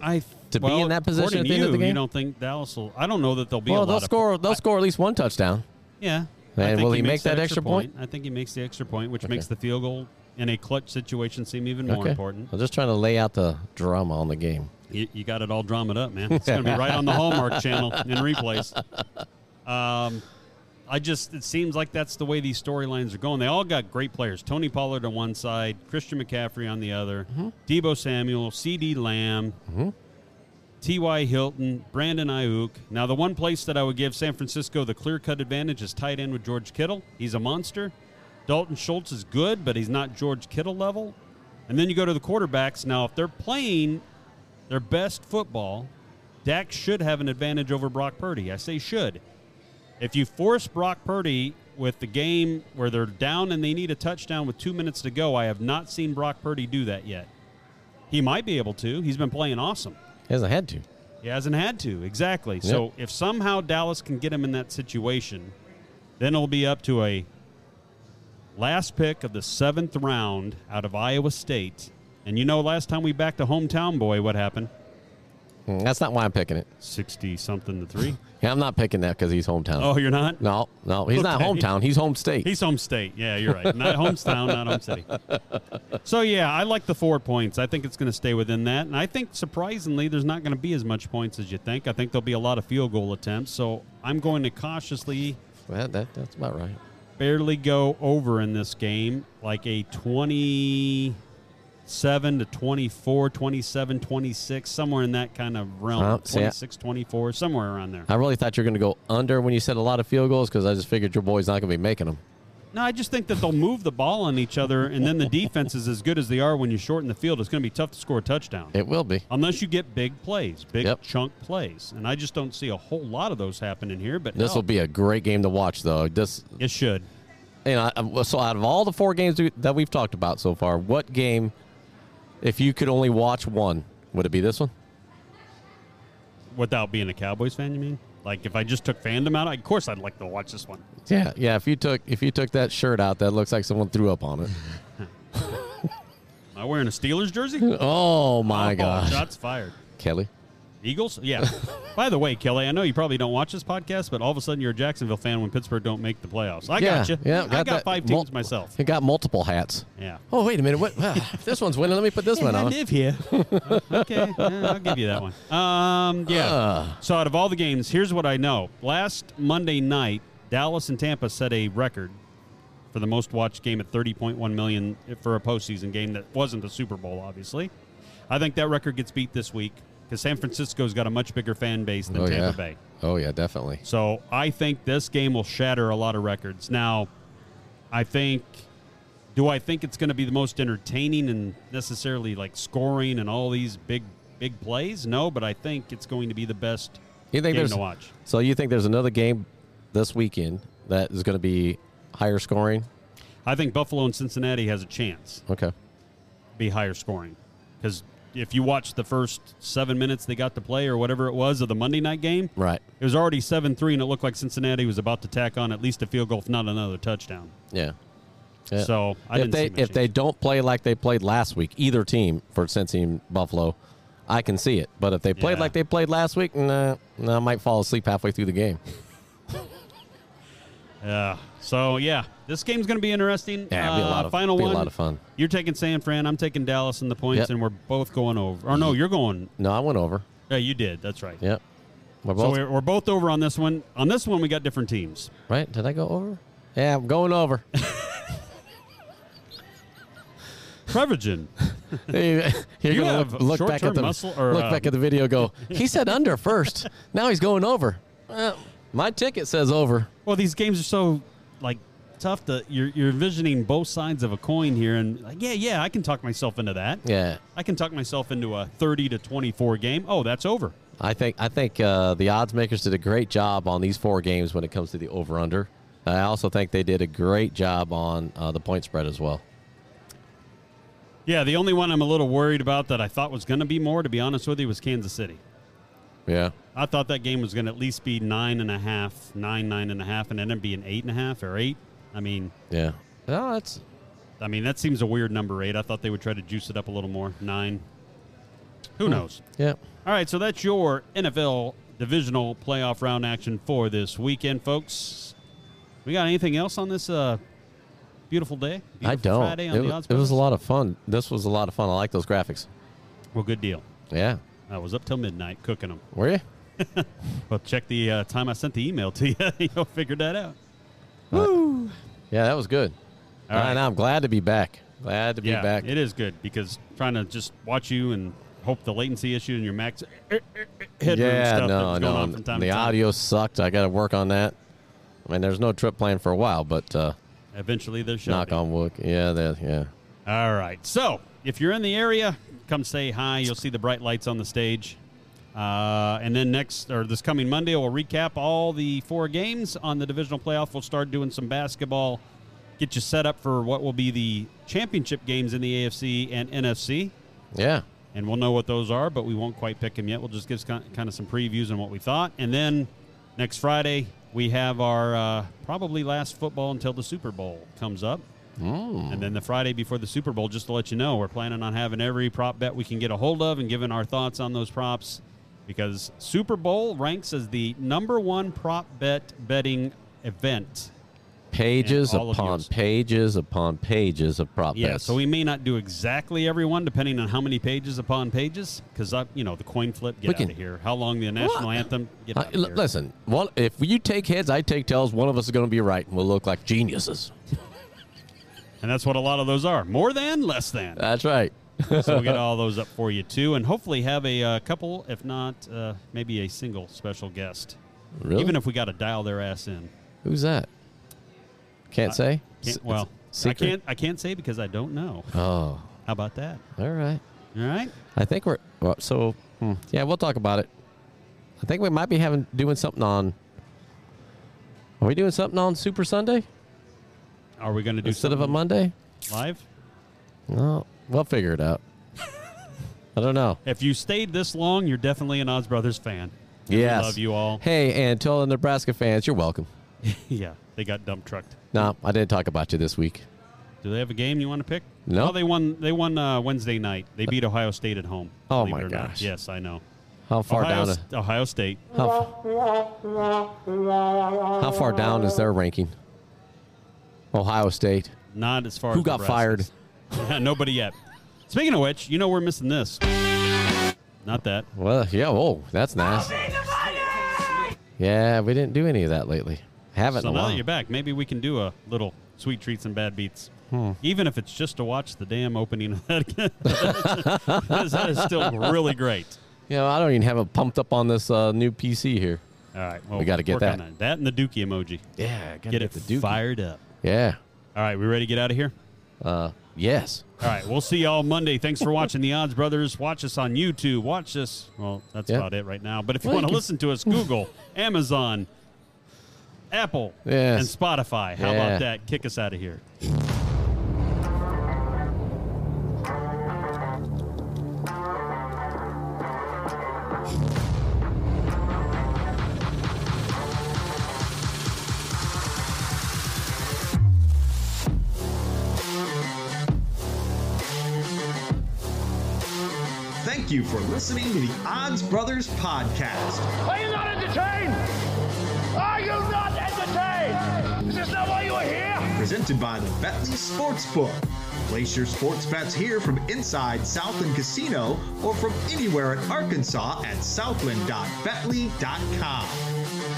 [SPEAKER 1] I
[SPEAKER 2] To be in that
[SPEAKER 1] according
[SPEAKER 2] position at
[SPEAKER 1] to
[SPEAKER 2] the end
[SPEAKER 1] you,
[SPEAKER 2] of the
[SPEAKER 1] You
[SPEAKER 2] game?
[SPEAKER 1] don't think Dallas will? I don't know that they'll be. a
[SPEAKER 2] Well,
[SPEAKER 1] lot
[SPEAKER 2] they'll
[SPEAKER 1] of-
[SPEAKER 2] score. They'll score at least one touchdown.
[SPEAKER 1] Yeah. I
[SPEAKER 2] And
[SPEAKER 1] think
[SPEAKER 2] will
[SPEAKER 1] he
[SPEAKER 2] he
[SPEAKER 1] makes
[SPEAKER 2] make that extra point?
[SPEAKER 1] I think he makes the extra point, which makes the field goal in a clutch situation seem even more important.
[SPEAKER 2] I'm just trying to lay out the drama on the game.
[SPEAKER 1] You, you got it all drummed up, man. It's going to be right on the Hallmark Channel in replays. Um, I just it seems like that's the way these storylines are going. They all got great players. Tony Pollard on one side, Christian McCaffrey on the other, Debo Samuel, C.D. Lamb, T.Y. Hilton, Brandon Ayuk. Now the one place that I would give San Francisco the clear-cut advantage is tight end with George Kittle. He's a monster. Dalton Schultz is good, but he's not George Kittle level. And then you go to the quarterbacks. Now if they're playing their best football, Dak should have an advantage over Brock Purdy. I say should. If you force Brock Purdy with the game where they're down and they need a touchdown with two minutes to go, I have not seen Brock Purdy do that yet. He might be able to. He's been playing awesome.
[SPEAKER 2] He hasn't had to.
[SPEAKER 1] He hasn't had to, exactly. So if somehow Dallas can get him in that situation, then it'll be up to a last pick of the seventh round out of Iowa State. And you know, last time we backed a hometown boy, what happened?
[SPEAKER 2] Mm, That's not why I'm picking it.
[SPEAKER 1] 60 something to three.
[SPEAKER 2] Yeah, I'm not picking that because he's hometown.
[SPEAKER 1] oh, you're not?
[SPEAKER 2] No, no, he's not
[SPEAKER 1] Okay.
[SPEAKER 2] hometown. He's home state.
[SPEAKER 1] He's home state. Yeah, you're right. Not hometown, not home city. So, yeah, I like the four points. I think it's going to stay within that. And I think, surprisingly, there's not going to be as much points as you think. I think there'll be a lot of field goal attempts. So, I'm going to cautiously
[SPEAKER 2] That- that- that's about right.
[SPEAKER 1] barely go over in this game, like a 27 to 24, 27, 26, somewhere in that kind of realm.
[SPEAKER 2] Well, see, I-
[SPEAKER 1] 26, 24, somewhere around there.
[SPEAKER 2] I really thought you were going to go under when you said a lot of field goals because I just figured your boy's not going to be making them.
[SPEAKER 1] No, I just think that they'll move the ball on each other, and then the defense is as good as they are when you shorten the field. It's going to be tough to score a touchdown.
[SPEAKER 2] It will be.
[SPEAKER 1] Unless you get big plays, big
[SPEAKER 2] Yep.
[SPEAKER 1] chunk plays. And I just don't see a whole lot of those happening here, but
[SPEAKER 2] This
[SPEAKER 1] hell,
[SPEAKER 2] will be a great game to watch, though. This,
[SPEAKER 1] it should.
[SPEAKER 2] you know, I- so out of all the four games we- that we've talked about so far, what game, if you could only watch one, would it be this one?
[SPEAKER 1] Without being a Cowboys fan, you mean? Like, if I just took fandom out, of course I'd like to watch this one.
[SPEAKER 2] Yeah, yeah. If you took if you took that shirt out, that looks like someone threw up on it.
[SPEAKER 1] Am I wearing a Steelers jersey?
[SPEAKER 2] Oh my
[SPEAKER 1] Softball,
[SPEAKER 2] gosh,
[SPEAKER 1] Shots fired.
[SPEAKER 2] Kelly.
[SPEAKER 1] Eagles? Yeah. By the way, Kelly, I know you probably don't watch this podcast, but all of a sudden you're a Jacksonville fan when Pittsburgh don't make the playoffs. I
[SPEAKER 2] yeah,
[SPEAKER 1] got you.
[SPEAKER 2] Yeah,
[SPEAKER 1] I got
[SPEAKER 2] that
[SPEAKER 1] five
[SPEAKER 2] mul-
[SPEAKER 1] teams myself.
[SPEAKER 2] I got multiple hats.
[SPEAKER 1] Yeah.
[SPEAKER 2] Oh wait a minute, what? if this one's winning. Let me put this one on.
[SPEAKER 1] live here. okay, yeah, I'll give you that one. Um, yeah.
[SPEAKER 2] Ah.
[SPEAKER 1] So out of all the games, here's what I know. Last Monday night, Dallas and Tampa set a record for the most watched game at 30.1 million for a postseason game that wasn't the Super Bowl, obviously. I think that record gets beat this week because San Francisco's got a much bigger fan base than
[SPEAKER 2] Oh
[SPEAKER 1] Tampa
[SPEAKER 2] yeah.
[SPEAKER 1] Bay.
[SPEAKER 2] Oh yeah, definitely.
[SPEAKER 1] So I think this game will shatter a lot of records. Now, I think, do I think it's going to be the most entertaining and necessarily like scoring and all these big, big plays? No, but I think it's going to be the best
[SPEAKER 2] You think
[SPEAKER 1] game
[SPEAKER 2] there's
[SPEAKER 1] to watch.
[SPEAKER 2] so you think there's another game this weekend that is going to be higher scoring?
[SPEAKER 1] I think Buffalo and Cincinnati has a chance
[SPEAKER 2] Okay.
[SPEAKER 1] to be higher scoring because if you watch the first seven minutes they got to play or whatever it was of the Monday night game,
[SPEAKER 2] Right.
[SPEAKER 1] it was already 7 3, and it looked like Cincinnati was about to tack on at least a field goal, if not another touchdown.
[SPEAKER 2] Yeah. Yeah.
[SPEAKER 1] So I
[SPEAKER 2] if
[SPEAKER 1] didn't see
[SPEAKER 2] they
[SPEAKER 1] much
[SPEAKER 2] if they don't play like they played last week, either team for Cincy and Buffalo, I can see it. But if they played
[SPEAKER 1] Yeah.
[SPEAKER 2] like they played last week, nah, nah, I might fall asleep halfway through the game.
[SPEAKER 1] Yeah. So yeah, this game's going to be interesting.
[SPEAKER 2] Yeah, it'd be a
[SPEAKER 1] Uh,
[SPEAKER 2] lot of
[SPEAKER 1] final
[SPEAKER 2] be
[SPEAKER 1] one.
[SPEAKER 2] a lot of fun.
[SPEAKER 1] You're taking San Fran. I'm taking Dallas in the points,
[SPEAKER 2] Yep. Mm-hmm.
[SPEAKER 1] and we're both going over. Or no, you're going.
[SPEAKER 2] No, I went over.
[SPEAKER 1] Yeah, you did. That's right.
[SPEAKER 2] Yep. We're
[SPEAKER 1] So
[SPEAKER 2] both
[SPEAKER 1] we're, we're both over on this one. On this one, we got different teams.
[SPEAKER 2] right. Did I go over? Yeah, I'm going over.
[SPEAKER 1] Trevigen.
[SPEAKER 2] Hey, You're
[SPEAKER 1] You
[SPEAKER 2] gonna
[SPEAKER 1] have
[SPEAKER 2] look, look back
[SPEAKER 1] short-term
[SPEAKER 2] at the
[SPEAKER 1] muscle or,
[SPEAKER 2] look
[SPEAKER 1] uh,
[SPEAKER 2] back at the video. and Go. He said under first. Now he's going over. Well, my ticket says over.
[SPEAKER 1] well, these games are so like tough to you're, you're envisioning both sides of a coin here, and like, yeah, yeah, I can talk myself into that.
[SPEAKER 2] Yeah.
[SPEAKER 1] I can talk myself into a 30 to 24 game. Oh, that's over.
[SPEAKER 2] I think I think uh, the odds makers did a great job on these four games when it comes to the over under. I also think they did a great job on uh, the point spread as well.
[SPEAKER 1] Yeah, the only one I'm a little worried about that I thought was going to be more, to be honest with you, was Kansas City.
[SPEAKER 2] Yeah,
[SPEAKER 1] I thought that game was going to at least be nine and a half, nine, nine and a half, and end up being eight and a half or eight. I mean,
[SPEAKER 2] yeah. No, that's
[SPEAKER 1] I mean that seems a weird number eight. I thought they would try to juice it up a little more. Nine. Who knows?
[SPEAKER 2] yeah.
[SPEAKER 1] All right, so that's your NFL divisional playoff round action for this weekend, folks. We got anything else on this uh, beautiful day?
[SPEAKER 2] I
[SPEAKER 1] Beautiful
[SPEAKER 2] don't.
[SPEAKER 1] Friday on
[SPEAKER 2] it,
[SPEAKER 1] the
[SPEAKER 2] wa-
[SPEAKER 1] Odds
[SPEAKER 2] it was
[SPEAKER 1] Brothers?
[SPEAKER 2] a lot of fun. This was a lot of fun. I like those graphics.
[SPEAKER 1] Well, good deal.
[SPEAKER 2] Yeah.
[SPEAKER 1] I was up till midnight cooking them.
[SPEAKER 2] Were you?
[SPEAKER 1] Well, check the uh, time I sent the email to you. You'll figure that out.
[SPEAKER 2] Yeah, that was good.
[SPEAKER 1] All right.
[SPEAKER 2] And I'm glad to be back. Glad to be
[SPEAKER 1] yeah,
[SPEAKER 2] back.
[SPEAKER 1] It is good because trying to just watch you and hope the latency issue in your eh, Mac headroom
[SPEAKER 2] yeah,
[SPEAKER 1] stuff that
[SPEAKER 2] no,
[SPEAKER 1] was
[SPEAKER 2] no.
[SPEAKER 1] going on from time
[SPEAKER 2] the
[SPEAKER 1] to time.
[SPEAKER 2] audio sucked. I got to work on that. I mean, there's no trip planned for a while, but uh,
[SPEAKER 1] Eventually, there should
[SPEAKER 2] knock
[SPEAKER 1] be.
[SPEAKER 2] on wood. Yeah, that, yeah.
[SPEAKER 1] All right. So, if you're in the area, Come say hi. You'll see the bright lights on the stage. Uh, and then next, or this coming Monday, we'll recap all the four games on the divisional playoff. We'll start doing some basketball, get you set up for what will be the championship games in the AFC and NFC.
[SPEAKER 2] Yeah.
[SPEAKER 1] And we'll know what those are, but we won't quite pick them yet. We'll just give kind of some previews on what we thought. And then next Friday, we have our uh, probably last football until the Super Bowl comes up. And then the Friday before the Super Bowl, just to let you know, we're planning on having every prop bet we can get a hold of and giving our thoughts on those props because Super Bowl ranks as the number one prop bet betting event.
[SPEAKER 2] Pages
[SPEAKER 1] And all of
[SPEAKER 2] upon
[SPEAKER 1] yours.
[SPEAKER 2] pages upon pages of prop
[SPEAKER 1] Yeah,
[SPEAKER 2] bets.
[SPEAKER 1] so we may not do exactly every one depending on how many pages upon pages because, you know, the coin flip, get
[SPEAKER 2] We
[SPEAKER 1] out
[SPEAKER 2] can-
[SPEAKER 1] of here. How long the national anthem, get
[SPEAKER 2] Uh,
[SPEAKER 1] out of
[SPEAKER 2] l-
[SPEAKER 1] here.
[SPEAKER 2] listen, one, if you take heads, I take tails. One of us is going to be right, and we'll look like geniuses.
[SPEAKER 1] And that's what a lot of those are more than, less than.
[SPEAKER 2] That's right.
[SPEAKER 1] so we'll get all those up for you too, and hopefully have a uh, couple, if not uh, maybe a single special guest.
[SPEAKER 2] Really?
[SPEAKER 1] Even if we got to dial their ass in.
[SPEAKER 2] Who's that? Can't say. S-
[SPEAKER 1] Can't, well,
[SPEAKER 2] it's
[SPEAKER 1] I
[SPEAKER 2] secret.
[SPEAKER 1] can't. I can't say because I don't know.
[SPEAKER 2] Oh,
[SPEAKER 1] How about that?
[SPEAKER 2] all right.
[SPEAKER 1] All right.
[SPEAKER 2] I think we're well, so. hmm, yeah, we'll talk about it. I think we might be having doing something on. Are we doing something on Super Sunday
[SPEAKER 1] Are we going to do
[SPEAKER 2] instead of a
[SPEAKER 1] something
[SPEAKER 2] Monday?
[SPEAKER 1] live?
[SPEAKER 2] No, we'll figure it out. I don't know.
[SPEAKER 1] If you stayed this long, you're definitely an Oz Brothers fan. And we
[SPEAKER 2] Yes.
[SPEAKER 1] love you all.
[SPEAKER 2] Hey, and to all the Nebraska fans, you're welcome.
[SPEAKER 1] yeah, they got dump trucked.
[SPEAKER 2] No, I didn't talk about you this week.
[SPEAKER 1] Do they have a game you want to pick?
[SPEAKER 2] No.
[SPEAKER 1] Oh, they won. They won uh, Wednesday night. They beat Ohio State at home.
[SPEAKER 2] Oh,
[SPEAKER 1] believe
[SPEAKER 2] my
[SPEAKER 1] it or not.
[SPEAKER 2] gosh.
[SPEAKER 1] Yes, I know.
[SPEAKER 2] How far
[SPEAKER 1] Ohio,
[SPEAKER 2] down?
[SPEAKER 1] S- Ohio State.
[SPEAKER 2] How, how far down is their ranking? Ohio State.
[SPEAKER 1] Not as far.
[SPEAKER 2] Who
[SPEAKER 1] as
[SPEAKER 2] got fired?
[SPEAKER 1] Nebraska's. Nobody yet. Speaking of which, you know we're missing this. Not that.
[SPEAKER 2] Well, yeah. Oh, that's nice. Yeah, we didn't do any of that lately. Haven't
[SPEAKER 1] So
[SPEAKER 2] in a
[SPEAKER 1] now that
[SPEAKER 2] while.
[SPEAKER 1] you're back, maybe we can do a little sweet treats and bad beats.
[SPEAKER 2] Hmm.
[SPEAKER 1] Even if it's just to watch the damn opening of that game. that is still really great.
[SPEAKER 2] You know, I don't even have it pumped up on this uh, new PC here.
[SPEAKER 1] All right. Well,
[SPEAKER 2] We gotta get
[SPEAKER 1] work on
[SPEAKER 2] that.
[SPEAKER 1] that. That and the dookie emoji.
[SPEAKER 2] Yeah, gotta
[SPEAKER 1] Get, it
[SPEAKER 2] Duke.
[SPEAKER 1] fired up.
[SPEAKER 2] Yeah.
[SPEAKER 1] All right. We ready to get out of here?
[SPEAKER 2] Uh, yes.
[SPEAKER 1] All right. We'll see y'all Monday. Thanks for watching The Odds Brothers. Watch us on YouTube. Watch us. Well, that's
[SPEAKER 2] Yeah.
[SPEAKER 1] about it right now. But if you
[SPEAKER 2] Well,
[SPEAKER 1] want
[SPEAKER 2] you
[SPEAKER 1] to
[SPEAKER 2] can-
[SPEAKER 1] listen to us, Google, Amazon, Apple,
[SPEAKER 2] Yes.
[SPEAKER 1] and Spotify. How
[SPEAKER 2] Yeah.
[SPEAKER 1] about that? Kick us out of here.
[SPEAKER 3] Thank you for listening to the Odds Brothers Podcast.
[SPEAKER 6] Are you not entertained? Are you not entertained? Is this not why you are here?
[SPEAKER 3] presented by the Betley Sportsbook. Place your sports bets here from inside Southland Casino or from anywhere in Arkansas at southland.betley.com.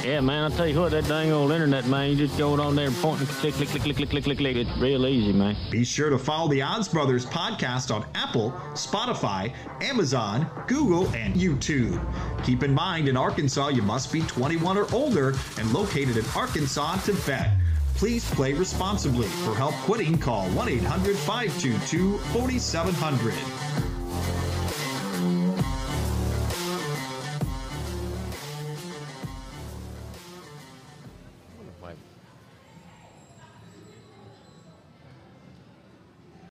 [SPEAKER 7] Yeah, man, I tell you what, that dang old internet, man, you just go on there and point and click, click, click, click, click, click, click, click. It's real easy, man.
[SPEAKER 3] Be sure to follow the Odds Brothers podcast on Apple, Spotify, Amazon, Google, and YouTube. Keep in mind, in Arkansas, you must be 21 or older and located in Arkansas to bet. Please play responsibly. For help quitting, call 1 800 522 4700.